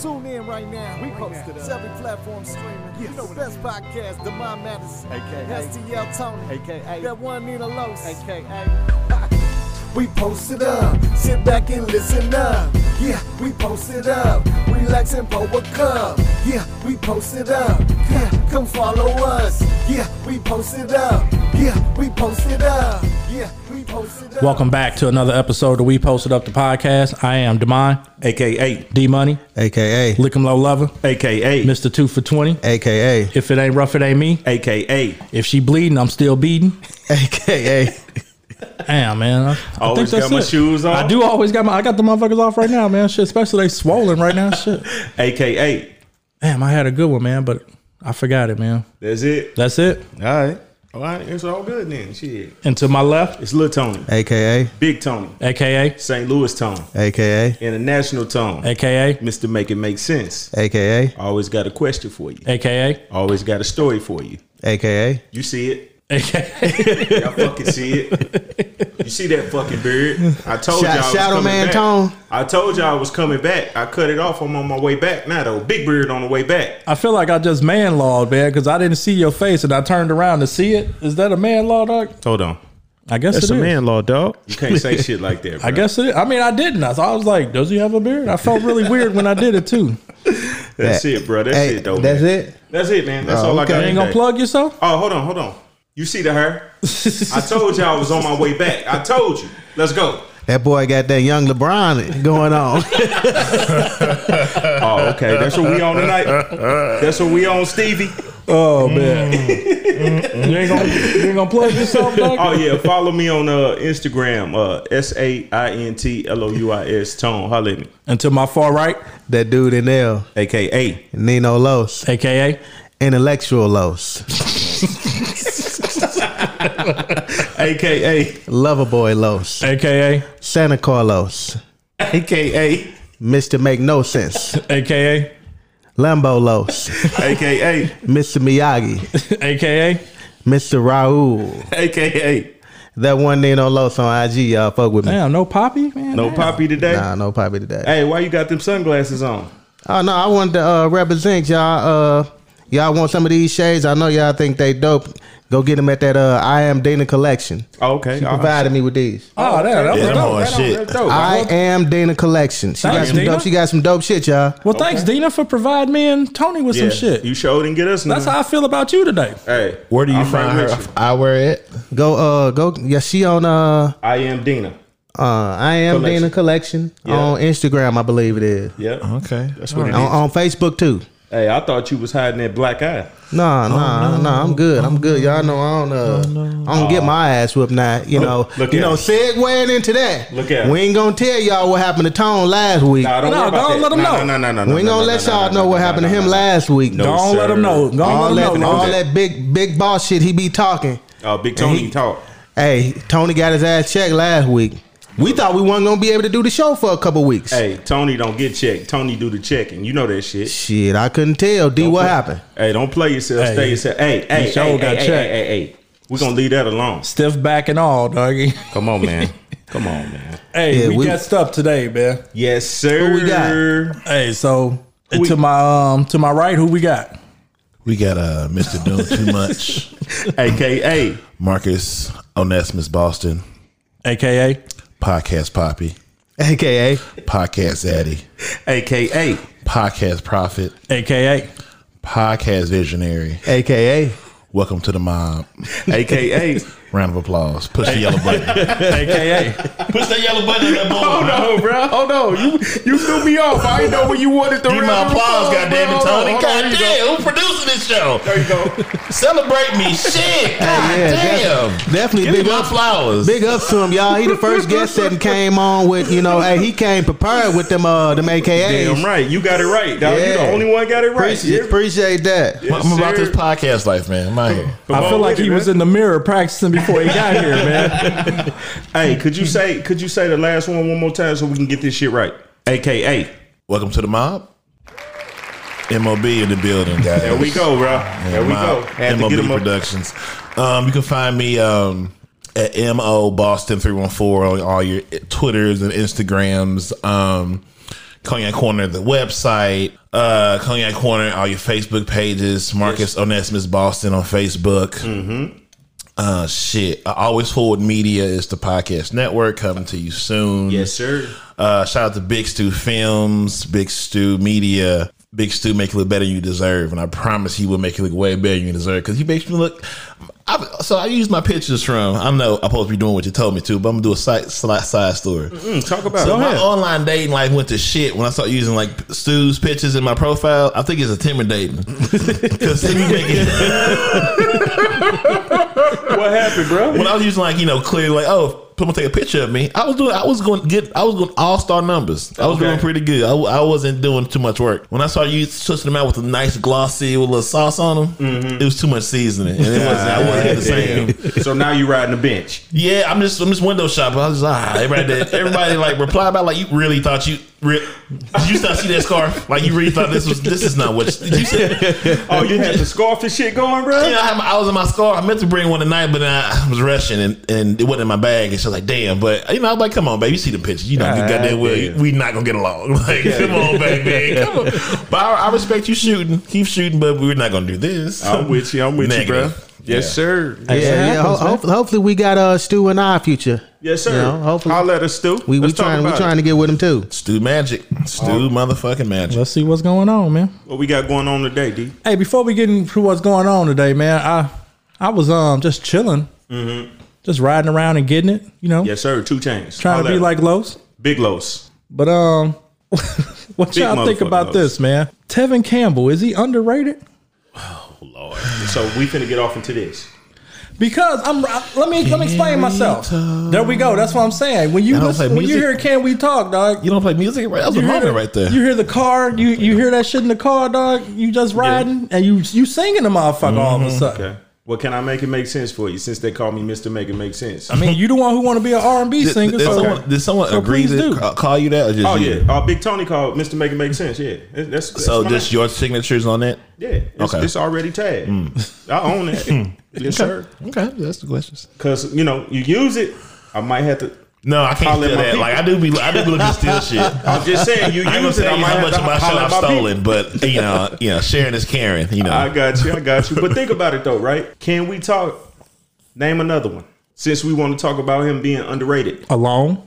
Tune in right now. We posted up. Every platform streaming. Yes. You know, best podcast, Demond Madison. AKA. STL Tony. AKA. That one Nina Los. AKA. We post it up. Sit back and listen up. Yeah, we post it up. Relax and pour a cup. Yeah, we post it up. Yeah, come follow us. Yeah, we post it up. Yeah, we post it up. Yeah, we post it up. Welcome back to another episode of We Posted Up the Podcast. I am Demond, AKA. D Money, AKA. Lick 'em Low Lover, AKA. Mr. Two for 20. AKA. If it ain't rough, it ain't me. AKA. If she bleeding, I'm still beating. AKA. Damn, man. I, I Always got my shoes on. I do always got my, I got the motherfuckers off right now, man. Shit, especially they swollen right now. Shit. AKA. Damn, I had a good one, man, but I forgot it, man. That's it. That's it. All right. All right. It's all good then. Shit. And to my left, It's Lil Tony. AKA, Big Tony. AKA, St. Louis Tony. AKA, International Tony. AKA, Mr. Make It Make Sense. AKA, Always got a question for you. AKA, Always got a story for you. AKA, You see it. AKA. Y'all fucking see it. You see that fucking beard? I told Shout- y'all. I was Shadow coming Man back. Tone. I told y'all I was coming back. I cut it off. I'm on my way back now though. Big beard on the way back. I feel like I just man lawed, man, because I didn't see your face and I turned around to see it. Is that a man law, dog? Hold on. I guess it is. law, dog. You can't say shit like that. Bro. I guess it. Is. I mean, I didn't. I, I was like, "Does he have a beard?" I felt really weird when I did it too. that's it, bro. That's Hey, it, though. that's man. it? Oh, That's it, man. That's all I You got. ain't gonna today. plug yourself. Oh, hold on, hold on. You see the hair? I told y'all I was on my way back. I told you. Let's go. That boy got that young LeBron going on. Oh, okay. That's what we on tonight. That's what we on, Stevie. Oh man, you ain't gonna you ain't gonna plug yourself, dog. Oh yeah. Follow me on uh, Instagram. Uh, S A I N T L O U I S Tone. Holla at me. And to my far right, that dude in there, AKA. Nino Los, aka intellectual Los, AKA. lover boy Los, aka Santa Carlos, AKA. Mr. Make No Sense, aka Lambo Los, AKA. Mr. Miyagi, aka Mr. Raul. AKA. That one Nino Los on IG, y'all fuck with me. damn no poppy man. No damn. poppy today. Nah, no poppy today. Hey, why you got them sunglasses on? Oh no, I wanted to uh, represent y'all. Uh, y'all want some of these shades? I know y'all think they dope. Go get them at that uh, I am Dana collection. Oh, okay. She All right. provided me with these. Oh, damn, that was Yeah, them dope. hard shit. That's dope. I am Dana collection. She got Thanks, some Dana. dope. She got some dope shit, y'all. Well, thanks Dina for providing me and Tony with Yeah, some shit. You showed and get us. That's now. how I feel about you today. Hey, Where do you I'm right find her? with you. I wear it. Go, uh, go. Yeah, she on uh, I am Dina. uh, I am Collection. Dana collection Yeah. on Instagram, I believe it is. Yep. Okay. That's what it is. On, on Facebook too. Hey, I thought you was hiding that black eye. Nah, nah, nah. I'm good. I'm good. Y'all know I don't. Uh, I don't get my ass whooped. Not you know. look you at know. it. Segueing into that. Look at it. we ain't gonna tell y'all what happened to Tone last week. Nah, don't No, worry about don't that. let 'em Nah, know. nah, nah, nah, nah, we ain't nah, gonna nah, let nah, y'all nah, know nah, what nah, happened nah, to him nah, nah. last week. No, Don't let sir. 'em know. Don't all let 'em that, know. all Don't that. big, big boss shit he be talking. Oh, Big Tony he- talk. Hey, Tony got his ass checked last week. We thought we weren't gonna be able to do the show for a couple weeks. Hey, Tony don't get checked. Tony do the checking. You know that shit. Shit, I couldn't tell. D, what happened? Hey, don't play yourself. Hey. Stay yourself. Hey, hey, sure hey, got hey, hey, checked. hey, hey, hey. We're gonna leave that alone. Stiff back and all, doggy. Come on, man. Come on, man. Hey, Yeah, we, we- guessed up today, man. Yes, sir. Who we Hey, so we- to my um to my right, who we got? We got uh, Mr. Doing Too Much, AKA. Marcus Onesimus Boston, AKA Podcast Poppy, AKA, Podcast Addy, AKA. Podcast Prophet, AKA Podcast Visionary. AKA, Welcome to the mob. AKA. Round of applause. Push the yellow button. AKA Push the yellow button in that Hold boy. on, Oh, bro. Hold on. You you threw me off. I didn't know when you wanted the Give me round my of applause, bro. goddamn it, Hold on, Tony. hold on. Here you go. Goddamn, who producing this show? There you go. Celebrate me, shit. God yeah, damn. def- definitely Give me big my up. flowers. Big ups to him, y'all. He the first guest that came on with, you know, hey, he came prepared with them, uh, them AKAs. Damn right. You got it right, dog. You the Yeah. only one got it right. Appreciate, Yeah. appreciate that. Yes, I'm about sir. this podcast life, man. I'm out here. Come I on feel like with it, he was man. in the mirror practicing before he got here, man. Hey, could you say could you say the last one one more time so we can get this shit right? AKA. Welcome to the mob. MOB in the building, guys. There we go, bro. There we go. Mob, Had to MOB get him up. Productions. Um, you can find me um, at MO Boston 314 on all your Twitters and Instagrams. Um, Cognac Corner, the website, uh, Cognac Corner, all your Facebook pages, Marcus Onesimus Boston on Facebook. Mm-hmm. Uh, shit. Uh, Always Forward Media is the podcast network coming to you soon. Yes, sir. Uh, shout out to Big Stu Films, Big Stu Media. Big Stu make it look better than you deserve, and I promise he will make it look way better than you deserve because he makes me look. I, so I use my pictures from. I know I'm supposed to be doing what you told me to, but I'm gonna do a side side, side story. Mm, talk about So it. my online dating life went to shit when I started using like Stu's pictures in my profile. I think it's intimidating because he be making What happened, bro? when I was using like you know clearly like oh someone take a picture of me I was doing I was going to get I was going all star numbers I was Okay. doing pretty good I, I wasn't doing too much work when I started you switching them out with a nice glossy with a little sauce on them it was too much seasoning and it wasn't I wasn't getting the same so now you riding the bench. yeah I'm just I'm just window shopping I was just ah everybody did, everybody like reply about like you really thought you re- did you not see that scarf like you really thought this was this is not what did you said Oh, you had the scarf and shit going, bro. Yeah, I, had my, I was in my scar. I meant to bring one tonight, but then I was rushing and, and it wasn't in my bag. And she was like, "Damn!" But you know, I was like, "Come on, babe. You see the picture? You know, Ah, you goddamn well. We not gonna get along. Like, come on, baby. Come on." But I, I respect you shooting. Keep shooting, but we're not gonna do this. I'm with you. I'm with you, bro. Negative. Yes, sir. Yeah, Hey, yeah. shit happens, ho- man. hope- hopefully, we got uh Stu in our future. Yes, sir. You know, hopefully- I'll let us do. We we trying we trying to get with him too. Stu Magic. Stu Oh. motherfucking Magic. Let's see what's going on, man. What we got going on today, D? Hey, before we get into what's going on today, man, I I was um just chilling, just riding around and getting it, you know, Mm-hmm. Yes, sir. Two chains. trying Holla to be at like Los. Big Los. But um, what Big y'all think motherfucker about Los. this, man? Tevin Campbell is he underrated? Lord. so we finna get off into this. Because I'm I- let me let me explain myself. There we go. That's what I'm saying. When you I don't listen, play when you music. hear "Can We Talk," dog, You don't play music, right? That was a you hear, moment the, right there. you hear the car, you you hear that shit in the car, dog. You just riding and you you singing the motherfucker all of a sudden. Mm-hmm. Okay. Well, can I make it make sense for you? Since they call me Mister Make It Make Sense. I mean, you the one who want to be an R and B Did, singer. did so- someone, did someone so agree please to do. ca- call you that? Or just Oh you? yeah, uh, Big Tony called Mister Make It Make Sense. Yeah, It- that's, that's So my just name. your signatures on it. yeah. It's, Okay. Hmm. it's already tagged. I own it. yes, sir. Okay, that's the questions. Because you know you use it. I might have to. No, I can't Holla at do my that. people. Like I do be, I do be looking to steal shit. I'm just saying you I ain't gonna use it. tell I you might how have much to of my shit holla at I've my people. stolen, but you know, you know, sharing is caring. You know, I got you. I got you. But think about it though, right? Can we talk? Name another one. Since we want to talk about him being underrated, alone.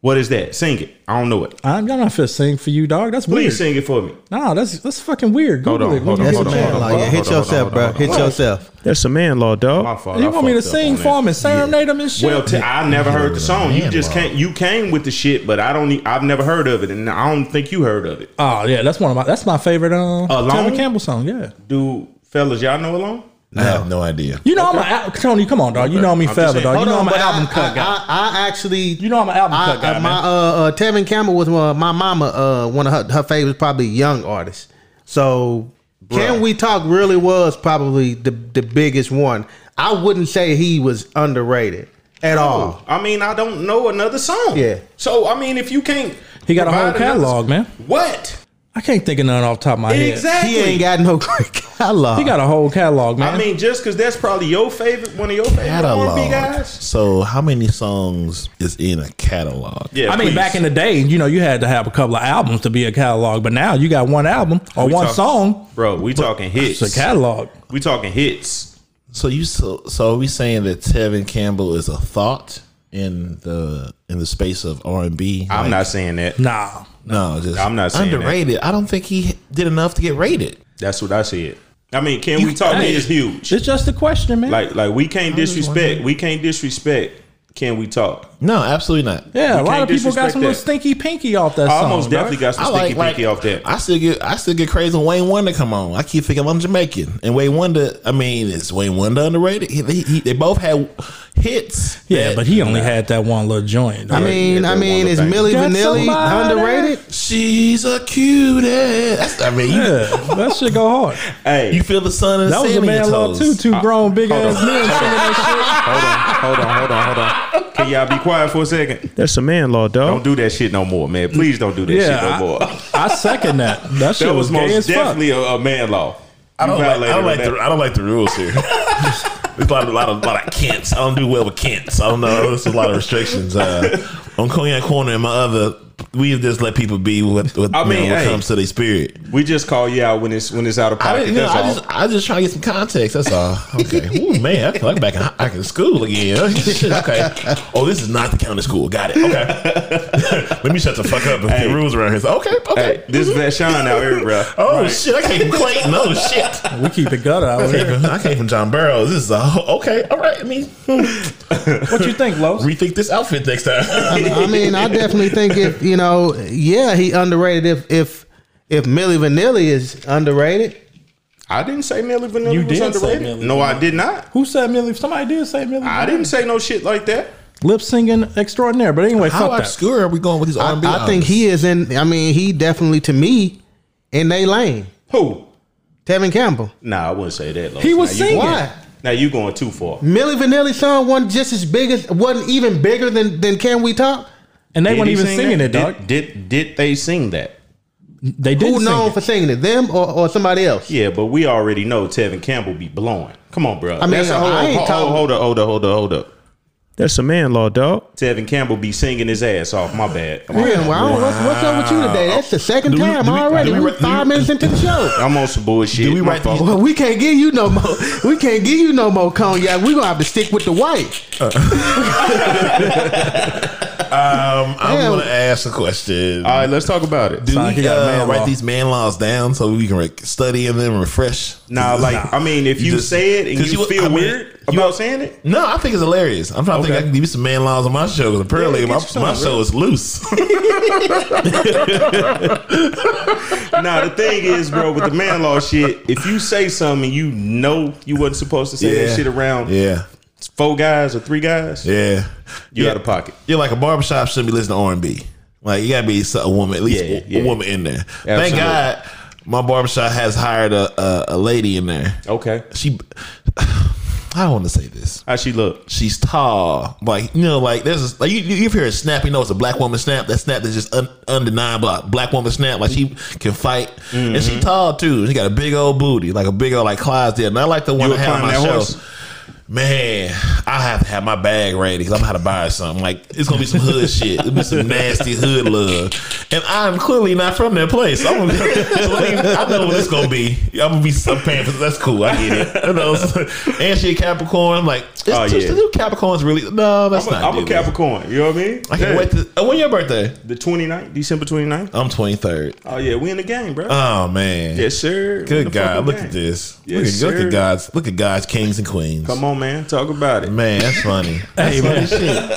what is that? Sing it. I don't know it. I'm, I'm not fit sing for you, dog. That's weird. Please sing it for me. Nah, that's that's fucking weird. Hold Google on, it. hold on, Google hold it. on, hold on, Like, hold on, hit hold on, yourself, hold on, bro. hold on, Hit hold on. yourself. That's a man law, dog. My fault. I You want me to fucked up sing on for that. him and serenade him and shit? Well, t- I never heard the song. You Man just law. can't. You came with the shit, but I don't. e- I've never heard of it, and I don't think you heard of it. oh yeah, that's one of my that's my favorite um Alone? Tevin Campbell song. Yeah, Do fellas, y'all know alone? I have no idea. you know I'm a al- Tony. Come on, dog. You know me I'm just forever, saying. dog. You Hold know I'm an but album I, cut I, guy. I, I actually, You know I'm an album cut I, guy, uh, my man. uh, uh, Tevin Campbell was uh, my mama. Uh, one of her, her favorites, probably young artists. So, can we talk? Really was probably the the biggest one. I wouldn't say he was underrated at all. I mean, I don't know another song. Yeah. So I mean, if you can't, He got a whole provide another- catalog, man. What I can't think of none off the top of my head. exactly? He ain't got no great catalog. He got a whole catalog, man. I mean, just because that's probably your favorite, one of your favorite R&B Catalog. guys. So, how many songs is in a catalog? Yeah, I mean, please. back in the day, you know, you had to have a couple of albums to be a catalog, but now you got one album or We one talk- song. bro, we talking hits. It's a catalog. we talking hits. So you so, so are we saying that Tevin Campbell is a thought in the in the space of R and B? I'm not saying that. Nah, No, just I'm not saying that. underrated. I don't think he did enough to get rated. That's what I said. I mean, can we talk? hey. It is huge. it's just a question, man. Like, like we can't just disrespect. wondering. We can't disrespect. Can we talk? No, absolutely not. yeah, a we lot can't of people got disrespect some little that. stinky pinky off that I song. almost bro. definitely got some I stinky like, like pinky off that. I still get I still get crazy when Wayne Wonder come on. I keep thinking I'm Jamaican and Wayne Wonder. I mean, is Wayne Wonder underrated? He, he, he- they both had hits. Yeah, that- but he only had that one little joint. I dog. mean, Yeah, I that mean, one is thing. Millie Got Vanilli somebody. underrated? she's a cutie. That's, I mean, you, yeah, that shit go hard. hey, you feel the sun and That was a sand in your man love toes. too. Two grown big hold ass on. men singing that hold on, hold on, hold on, hold on. Can y'all be quiet for a second? That's a man law, Don't dog. do that shit no more, man. Please don't do that shit. shit no Yeah, more. I, I second that. That shit that was, was gay most as fuck. definitely a, a man law. I don't, You like, I, violated don't like that. the, I don't like the rules here. There's a lot, of- lot of lot of Kents. I don't do well with Kents. I don't know. There's a lot of restrictions uh, on Cognac Corner and my other we have just let people be what, what, I you mean, know, what hey. comes to their spirit. We just call you out when it's when it's out of I pocket. didn't know. that's I all. just, I just trying to get some context. That's all. Okay. Ooh, man, I feel like back in, hi- back in school again. okay. Oh, this is not the county school. Got it. Okay. Let me shut the fuck up and get rules around here. So, okay. Okay. hey, this is that Sean out here, bro. Oh shit! I came from Clayton. Oh shit! We keep it gutter out here. I came from John Burroughs. This is a whole, okay. All right. I mean, What you think, Los? rethink this outfit next time. I mean, I definitely think if you know, yeah, he underrated. If if if Millie Vanilli is underrated, I didn't say Millie Vanilla You was did say underrated. Milli no, I did not. Who said Millie? Somebody did say Millie. I didn't say no shit like that. Lip singing extraordinaire. But anyway, How fuck that. obscure are we going with these I, R&B? I think he is in. I mean, he definitely to me in they lane. Who? Tevin Campbell, Nah, I wouldn't say that. Los. He was now, singing. You, why? now you going too far. Millie Vanilli's song wasn't just as big as wasn't even bigger than than Can We Talk? And they Did weren't he even sing singing that? it, dog. Did, did did they sing that? They didn't Who known sing for it. singing it? Them or, or somebody else? Yeah, but we already know Tevin Campbell be blowing. Come on, bro. I mean, That's a, I ain't hold, hold, talking- hold up, hold up, hold up, hold up. That's a man law, dog. Tevin Campbell be singing his ass off. My bad. I'm, Yeah, well, I don't- what's, what's up with you today? That's the second Do we- time do we- already. do we- We're five minutes into the show. I'm on some bullshit. Do we My write fault. Well, we can't give you no more. We can't give you no more cognac. We gonna have to stick with the white. Uh. Um, I'm Damn. going to ask a question. All right, let's talk about it. Do Sound like we you got a uh, man write law. these man laws down so we can re- study and then refresh? Nah, like I mean, if you, just- say it and 'cause you, you- feel I mean, weird you- about saying it, No, I think it's hilarious. I'm trying to think I Okay. can give you some man laws on my show because apparently Yeah, get my, you some, my bro. show is loose. nah. The thing is, bro, with the man law shit, if you say something and you know you wasn't supposed to say that shit around Yeah, four guys or three guys, yeah. you yeah. out of pocket. You're like a barbershop shouldn't be listening to R and B. Like you gotta be so- a woman, at least Yeah, a- yeah. a woman in there. Thank Absolutely. God, my barbershop has hired a, a a lady in there. Okay, She, I don't want to say this. how she look? She's tall, like you know, like there's a, like you you you hear a snap, you know it's a black woman snap. That snap is just un, undeniable. like, black woman snap, like she can fight, and Mm-hmm. she tall too. She got a big old booty, like a big old like Clydesdale. And I like the one You would I had on climb my that show. horse? Man, I have to have my bag ready because I'm about to buy something. Like it's gonna be some hood shit. It'll be some nasty hood love, and I'm clearly not from that place. I'm gonna be, believe- I know what it's gonna be. I'm gonna be some paying for that's cool. I get it. You know, so- and she a Capricorn. I'm like, it's Oh, just yeah. the new Capricorn's really no. That's I'm a, not. I'm a good. Capricorn. You know what I mean? I can't Yeah. wait to. Oh, when your birthday? The 29th, December 29th. I'm 23rd. Oh yeah, we in the game, bro. Oh man. yes, sir. We in the Good God! fucking Look game. at this. Yes, look, at, look sir. at God's. Look at God's kings and queens. Come on, man. Talk about it. Man, that's funny. Hey, man.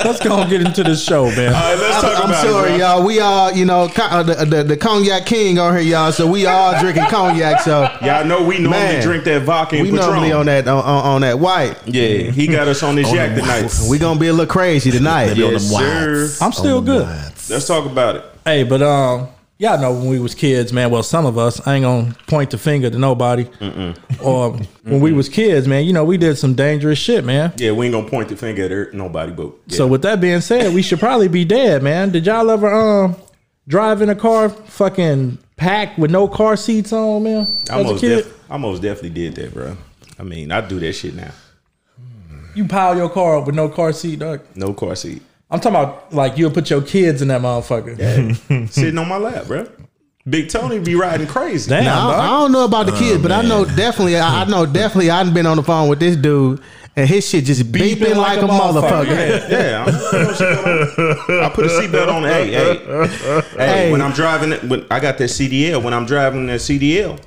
Let's go and get into this show, man. All right, let's talk I'm about sorry, it. Bro. y'all. We all, you know, co- uh, the, the the cognac king on here, y'all. So we all drinking cognac. So Y'all know we normally Man. drink that vodka and we Patron. normally on that on, on, on that white. Yeah, he got us on this yak tonight. We gonna be a little crazy tonight. Maybe on Yes, them sir. wides. I'm still On them good. wides. Let's talk about it. Hey, but um, y'all know when we was kids, man. Well, some of us. I ain't gonna point the finger to nobody. Or when we was kids, man. You know, we did some dangerous shit, man. Yeah, we ain't gonna point the finger at her, nobody, but yeah. So with that being said, we should probably be dead, man. Did y'all ever um drive in a car fucking packed with no car seats on, man? I As a most, kid, def- I most definitely did that, bro. I mean, I do that shit now. you pile your car up with no car seat, dog. No car seat, I'm talking about like you'll put your kids in that motherfucker. sitting on my lap, bro. Big Tony be riding crazy. Damn, I, don't- I dog. don't know about the kids, but I know definitely. I, I know definitely. I've been on the phone with this dude, and his shit just beeping, like, a motherfucker. Yeah, I'm- I, know what's going on. I put a seatbelt on. Hey, hey, hey, Hey. When I'm driving, it- when I got that CDL, when I'm driving that CDL,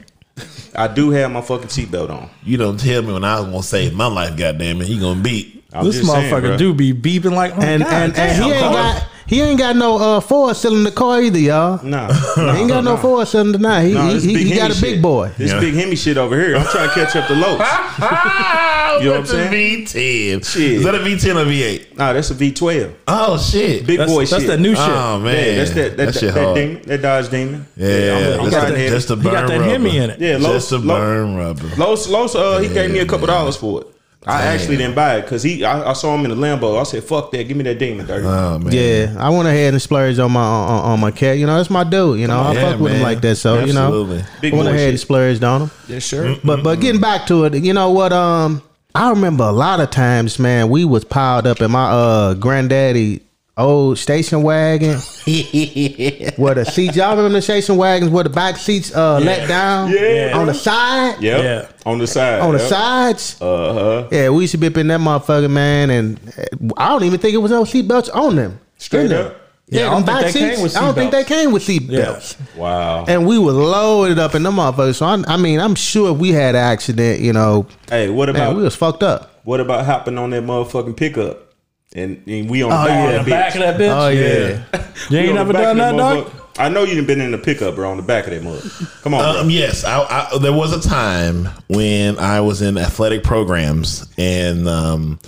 I do have my fucking seatbelt on. You don't tell me when I was gonna save my life. Goddamn it, you gonna beat. I'm this just saying, motherfucker bro. do be beeping like oh, and God, and, and damn, he ain't dog. got he ain't got no uh Ford still in the car either, y'all. Nah, nah, He ain't got nah, no nah. Ford still in the night. He, Nah, he, this he, big he got Hemi a big shit. boy. This Yeah. big Hemi shit over here. I'm trying to catch up to lows. you know what I'm saying? V10. Shit. Is that a V10 or V8? Nah, that's a V12. Oh shit! Big That's, boy that's shit. that new shit. Oh man, Yeah, that's that that, that, shit that hard. demon, that Dodge demon. Yeah, I'm, I'm that's riding the, heavy. just a He burn got that rubber. Hemi in it. Yeah, low- just a low- burn rubber. Los, Los, uh, he gave me a Yeah, couple man. dollars for it. I actually didn't buy it because he, I, I saw him in the Lambo. I said, "Fuck that, give me that demon, dirty." Oh man, Yeah, I went ahead and splurged on my on, on my cat. You know, that's my dude. You know, I Yeah, fuck with him man. like that. So you Absolutely. Mm-hmm. know, Big went boy ahead shit. and splurged on him. yeah, sure. But but getting back to it, you know what? Um, I remember a lot of times, man, we was piled up in my uh granddaddy old station wagon where the seats. Y'all remember the station wagons where the back seats uh, let down Yeah. on the side, Yep. Yeah. On the side. on the sides. Uh huh. Yeah, we used to be up in that motherfucker, man, and uh, I don't even think it was no seatbelts on them. Straight In them. up. Yeah, Yeah, I them don't think back they came seats, with I don't think seatbelts. they came with seatbelts. Yeah. Wow. And we were loaded up in them motherfuckers. So I, I mean, I'm sure if we had an accident, you know, Hey, what Uh, about man, we was fucked up. what about hopping on that motherfucking pickup? And, and we on Oh, the back yeah. of The that bitch. back of that bitch. Oh yeah. You We ain't on never the back done that, of dog. motherfucker. I know you done been in the pickup or on the back of that mug. Come Uh, on, Um, yes, I, I, there was a time when I was in athletic programs, and um,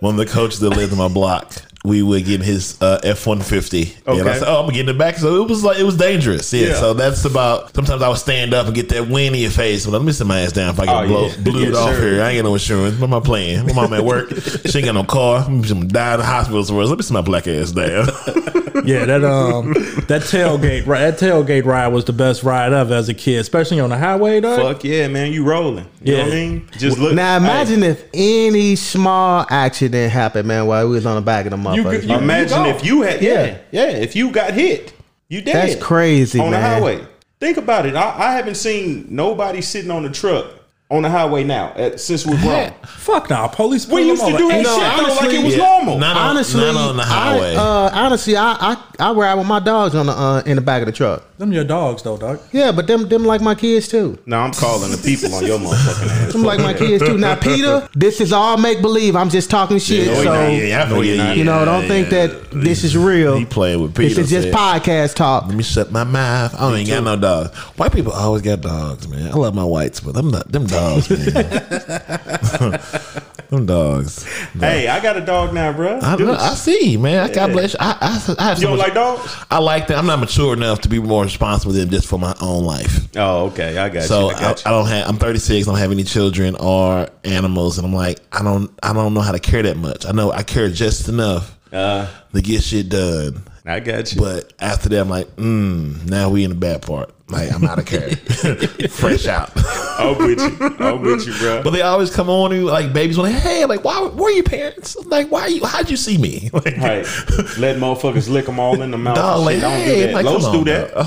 one of the coaches that lived in my block, we would get in his uh, F one fifty, and I Okay. said, "Oh, I'm gonna get in the back." So it was like it was dangerous. Yeah. Yeah. So that's about. Sometimes I would stand up and get that wind in your face. But let me sit my ass down if I get Oh, blow, yeah. blew it Yes, off sir. here. I ain't got no insurance. What am I playing? My mom at work. she ain't got no car. I'm gonna die in the hospital somewhere. Let me sit my black ass down. Yeah, that um, that tailgate right, that tailgate ride was the best ride ever as a kid, especially on the highway, dog. fuck yeah, man, you rolling. You know what I Yeah. mean? Just look. Now Hey, imagine if any small accident happened, man, while we was on the back of the motherfuckers. you- imagine gone. if you had yeah. Yeah. yeah if you got hit, you dead. That's crazy, on man. the highway. Think about it. I, I haven't seen nobody sitting on the truck on the highway now uh, since we're grown. Fuck now, police. We pull used them to over. do that Ain't no, shit though, like it honestly, was yeah. normal. Not on, honestly, not on the highway. I, uh, honestly, I, I I ride with my dogs on the uh, in the back of the truck. Them your dogs though, dog. Yeah, but them them like my kids too. No, I'm calling the people on your motherfucking ass. Them like my kids too. Now, Peter, this is all make believe. I'm just talking shit. Yeah, no, he so not. Yeah, I No, he forget. not. you know, don't think that this is real. He playing with This Peter. is just said, podcast talk. Let me shut my mouth. I ain't got no dogs. White people always got dogs, man. I love my whites, but them not them dogs, man. them dogs. Hey, I got a dog now, bro. I, Dude, I see, man. I God bless you. I, I, I have you so don't much- like dogs? I like that. I'm not mature enough to be more responsible than just for my own life. Oh, okay. I got you. I So I, I, got you. don't have. I'm 36. I don't have any children or animals, and I'm like, I don't. I don't know how to care that much. I know I care just enough Uh. to get shit done. I, got you. But after that, I'm like, mm, now we in the bad part. Like I'm out of care, fresh out. I'm with you. I'm with you, bro. But they always come on you like babies. Like, hey, like why were your parents? Like why you? How'd you see me? Like, Right. Let motherfuckers lick them all in the mouth. dog, and like shit. don't do hey, that. like, Los come do on, that. dog.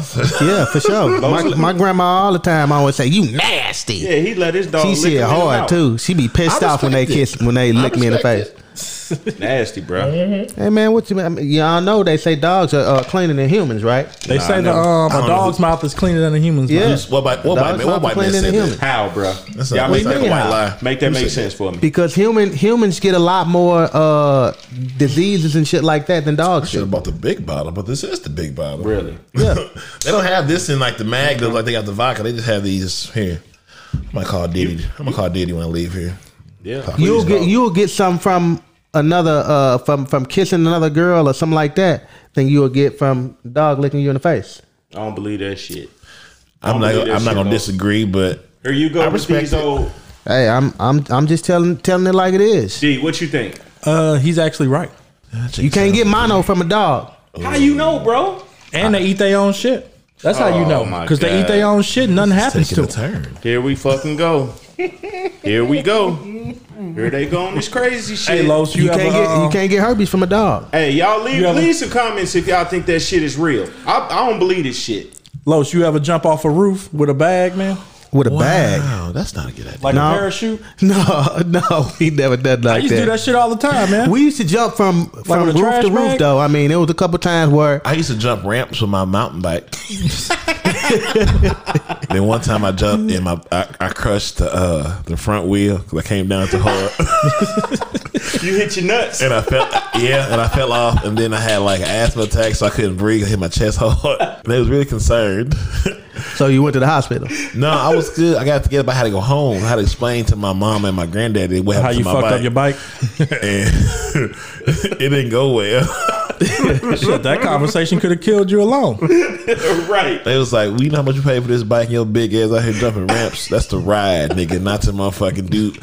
Yeah, for sure. my, my grandma all the time always say, "You nasty." Yeah, he let his oh, dog she lick said him in the hard mouth. too. She be pissed I off when they respect it. kiss when they I lick me in the face. respect Nasty, bro. Hey man, what you I mean, y'all know they say dogs are uh, cleaner than humans, right? They say the never- um, I a don't know dog's mouth is cleaner than a human's Yeah. mouth. it. What about what Dogs about not what about complaining to humans. that? How, bro? That's a- Y'all make that's that a white how? lie. Make that You make said- sense for me. Because human humans get a lot more uh, diseases and shit like that than dogs Should have do. bought the big bottle, but this is the big bottle. Really? Yeah. they don't have this in like the mag though, like they got the vodka. They just have these here. I'm gonna call Diddy. I'm gonna call Diddy when I leave here. Yeah. You'll get you'll get some from another uh, from from kissing another girl or something like that than you'll get from dog licking you in the face. I don't believe that shit. I'm don't not. believe that I'm not shit, gonna though. disagree, but Here you go I with respect these it. old. Hey, I'm I'm I'm just telling telling it like it is. D, what you think? Uh, he's actually right, You can't get mono from a dog. How you know, bro? and they eat their own shit. That's how you Oh, know my because they eat God. their own shit. and Nothing happens to taking a them. turn. Here we fucking go. Here we go. Here they go on this crazy shit. Hey, Los, you, You, can't ever, get um, you can't get herpes from a dog. Hey, y'all leave You have a- leave some comments if y'all think that shit is real. I, I don't believe this shit. Los, you ever jump off a roof with a bag, man, with a bag. Wow, that's not a good idea. like No. a parachute? No, no, we never done like I used that. to do that shit all the time, man. We used to jump from from with a roof trash to roof bag? though. I mean, it was a couple times where I used to jump ramps with my mountain bike. then one time I jumped and my I, I crushed the uh, the front wheel because I came down too hard You hit your nuts. and I fell yeah and I fell off and then I had like an asthma attack so I couldn't breathe I hit my chest hard and they was really concerned. so you went to the hospital. no, I was good. I got together, but I had to go home. I had to explain to my mom and my granddaddy what how happened you to my fucked bike. up your bike? and it didn't go well. shit, that conversation could have killed you alone. right. They was like, "We know how much you pay for this bike and your big ass out here jumping ramps. That's the ride, nigga. Not to motherfucking do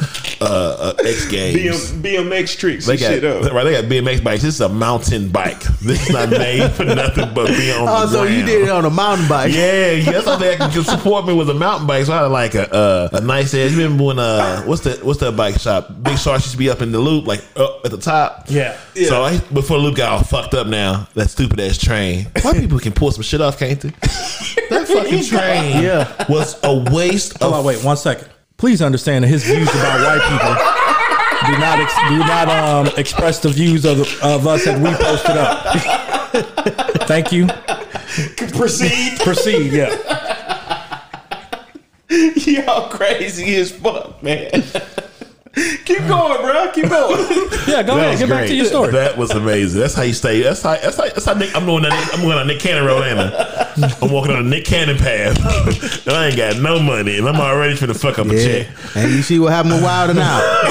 uh, uh, X Games. BM, BMX tricks They and shit got up. right. They got BMX bikes. This is a mountain bike. This is not made for nothing but being on Oh, the so you ground. did it on a mountain bike. Yeah, yeah, that's all they could support me with a mountain bike. So I had like a uh, a nice ass. You remember when uh, what's the what's that bike shop? Big Shark used to be up in the loop, like up at the top. Yeah. So I before the loop got all fucked up now. That stupid ass train. White people can pull some shit off, can't they? That fucking train Yeah. was a waste Hold of on, wait one second. Please understand that his views about white people do not ex- do not um, express the views of of us that we posted up. Thank you. Proceed. Proceed. Yeah. Y'all crazy as fuck, man. Keep going, bro. Keep going. Yeah. Go ahead. was Get back to great. your story. That was amazing. That's how you stay. That's how. That's how. That's how Nick, I'm going. Down, I'm going on Nick Cannon Road, ain't I? I'm walking on a Nick Cannon path. and I ain't got no money, and I'm already finna fuck up a check. Yeah. And you see what happened with Wild and Out.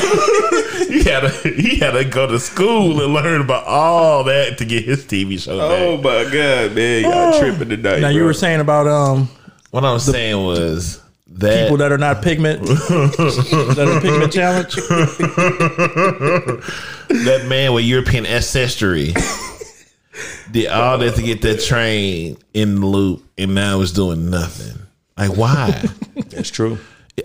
He had to. He had to go to school and learn about all that to get his TV show. Oh back. my god, man, y'all tripping tonight. Now you bro. were saying about um What I was saying was that. people that are not pigment that are pigment challenge. that man with European ancestry did all that to get that train in the loop and now is doing nothing. Like why? that's true.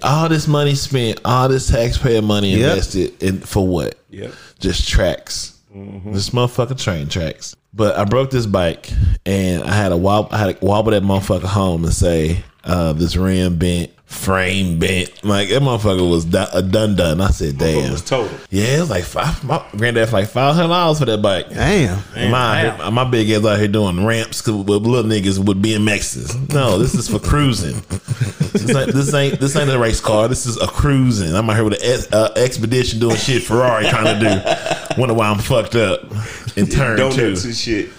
all this money spent, all this taxpayer money Yep. invested in for what? Yep. Mm-hmm. Just tracks. This motherfucking train tracks. But I broke this bike and I had a wobble I had to wobble that motherfucker home and say, uh, this rim bent, frame bent. Like that motherfucker was do- a dun dun. I said, damn. It was total. Yeah, it was like five. My granddad for like five hundred dollars for that bike. Damn. my my big ass out here doing ramps with with little niggas with BMXs. No, this is for cruising. this, ain't, this ain't this ain't a race car. This is a cruising. I'm out here with an uh, expedition doing shit Ferrari trying to do. Wonder why I'm fucked up in turn two. Donuts and shit.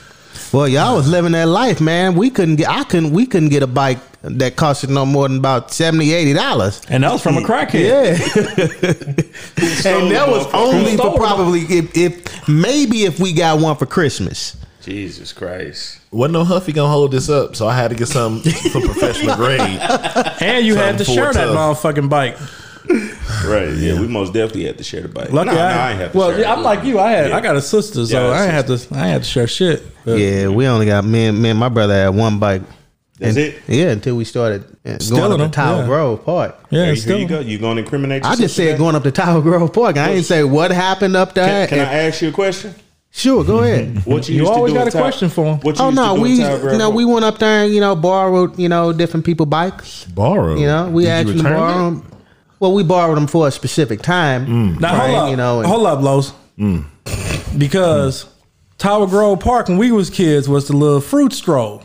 Well, y'all was living that life, man. We couldn't get I couldn't we couldn't get a bike that costed no more than about 70 dollars. And that was from a crackhead. Yeah. Sold and that was motherfucker. only Stole for them. probably if, if maybe if we got one for Christmas. Jesus Christ. Wasn't no Huffy gonna hold this up, so I had to get some for professional grade. And you had to Something share that tough. motherfucking bike. Right. Yeah, we most definitely had to share the bike. Lucky Nah, I, nah, I ain't have to well, share yeah, it. I'm like you. I had I got a sister, so Yeah, I had to I had to share shit. But Yeah, we only got me and, me and my brother had one bike. That's And- it. Yeah, until we started uh, going Stealing up to them, Tower yeah. Grove Park. yeah, There you- still. Here you go. You gonna incriminate? I your just said sister now? going up to Tower Grove Park. I didn't say what happened up there. Can, can And- I ask you a question? sure, go ahead. What you, You used always to do got in a Tower- question for 'em. What you oh used no, to do in we Tower Grove? no, we went up there and you know borrowed you know different people bikes. Borrow. You know, we actually borrowed them. Well, we borrowed them for a specific time. Mm. Now hold right, up, you know, and- hold up, Los. Mm. Because Tower Grove Park when we was kids was the little fruit stroll.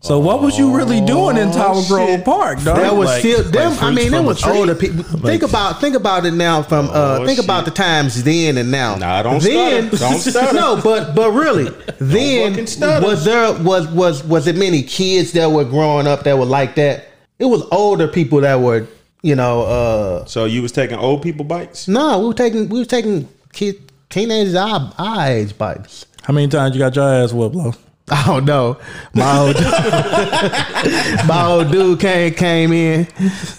So what was you really doing in Tower Grove Park, dog? Oh, That was Like- still like them. I fruits mean, it from a was tree? older people. Like- think about think about it now. From uh, Oh, think about the shit. times then and now. Nah, don't then, stutter. Don't stutter. no, but but really, then fucking stutter. was there was was was it many kids that were growing up that were like that? It was older people that were you know. uh So you was taking old people bikes? No, we were taking we were taking kids teenagers our, our age bikes. How many times you got your ass whooped, Los? I don't know. My old, my old dude came came in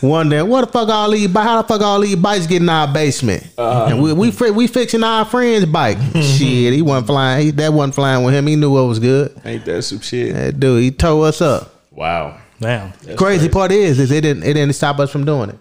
one day. What the fuck all these bikes? How the fuck all these bikes get in our basement? and we we fi- we fixing our friend's bike. Shit, he wasn't flying. He, that wasn't flying with him. He knew what was good. Ain't that some shit? That dude, he tore us up. Wow. Damn. crazy part is, is it didn't it didn't stop us from doing it.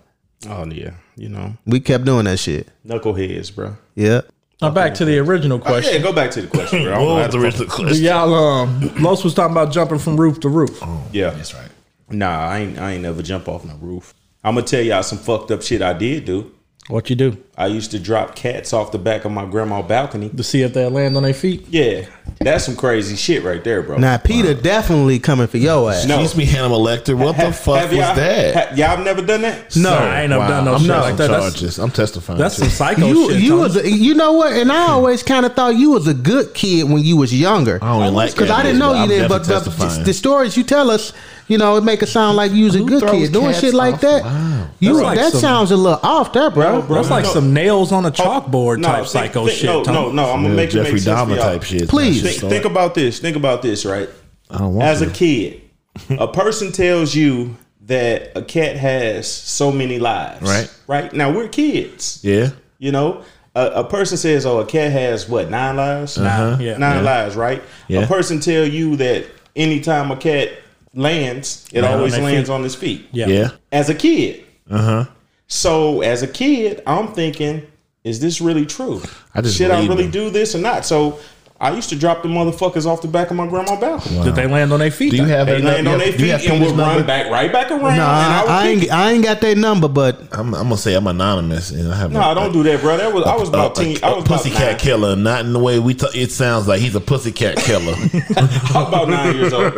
Oh yeah. You know, We kept doing that shit. knuckleheads, bro. Yeah. Now back to the original question. Oh, Yeah, go back to the question, bro. I don't know how What was to the original Do question? y'all um Los was talking about jumping from roof to roof. fuck- Yeah, That's right. Nah, I ain't. I ain't never jump off no roof. I'm gonna tell y'all some fucked up shit I did do. What you do? I used to drop cats off the back of my grandma balcony. To see if they land on their feet. Yeah, that's some crazy shit right there, bro. Now Peter definitely coming for your ass. No. Excuse me, Hannah Lecter. What the fuck was y'all, that? ha- y'all never done that? No. I ain't never done no I'm shit not like on that. That's- Charges. I'm testifying. That's to some it. psycho You shit. you Tony. was a, you know what? And I always kind of thought you was a good kid when you was younger. I don't even like Because I didn't know you did, but, but the, the stories you tell us, you know, it make it sound like you was a Who good throws kid doing cats shit like off? that. Wow. You That's like that some- sounds a little off there, bro. bro. That's like No. some nails Oh, on a chalkboard Oh, No, type think- psycho think- shit. No, Tony. no, no. I'm gonna Real make Jeffrey it make sense for Dahmer y'all. type shit. Please. That Think, shit think suck. about this. Think about this, right? I don't want As a to. kid, a person tells you that a cat has so many lives. Right. Right. Now we're kids. Yeah. You know, a, a person says, "Oh, a cat has what nine lives? Uh-huh. Yeah. nine Yeah. lives." Right. Yeah. A person tell you that anytime a cat lands, it Land on always their lands feet. on his feet. Yeah. Yeah. As a kid. Uh huh. Uh-huh. So as a kid, I'm thinking, is this really true? I just Should I believed really him. do this or not? So I used to drop the motherfuckers off the back of my grandma's balcony. Did they land on their feet? Do you have They that? land num- on do their you have feet and Peter's would run number? back right back around. and No, I, would I pick ain't. I ain't got that number, but I'm, I'm gonna say I'm anonymous, and I have No, I don't do that, bro. That was I was about a, ten. I was about pussycat nine. killer, not in the way we. T- it sounds like he's a pussycat killer. I was about nine years old.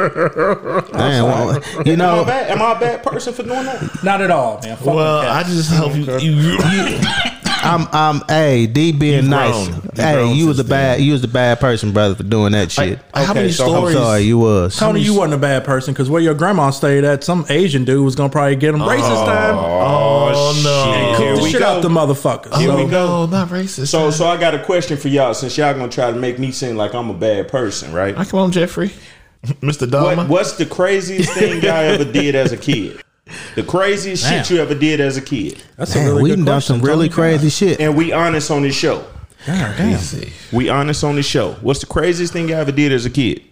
man, well, you Am I, a know, bad, am I a bad person for doing that? Not at all, man. Fuck well, them I cats. just hope you. you, you I'm. I'm. Hey, D being nice. grown. You've Hey, grown you was a since bad. then. You was the bad person, brother, for doing that shit. how Okay, many so I'm stories? I'm sorry, you was. Tony, you wasn't a bad person because where your grandma stayed at, some Asian dude was gonna probably get him racist time. Oh no! Cook Here the we shit out the go. motherfuckers. Here So, we go. Not racist. So, so I got a question for y'all. Since y'all gonna try to make me seem like I'm a bad person, right? I come on, Jeffrey, Mr. What, Dahmer. what's the craziest thing y'all ever did as a kid? The craziest Damn. shit you ever did as a kid. That's Man, a really we good done done question, some really Tony. crazy shit. And we honest on this show. God damn. Crazy. We honest on this show. What's the craziest thing y'all ever did as a kid?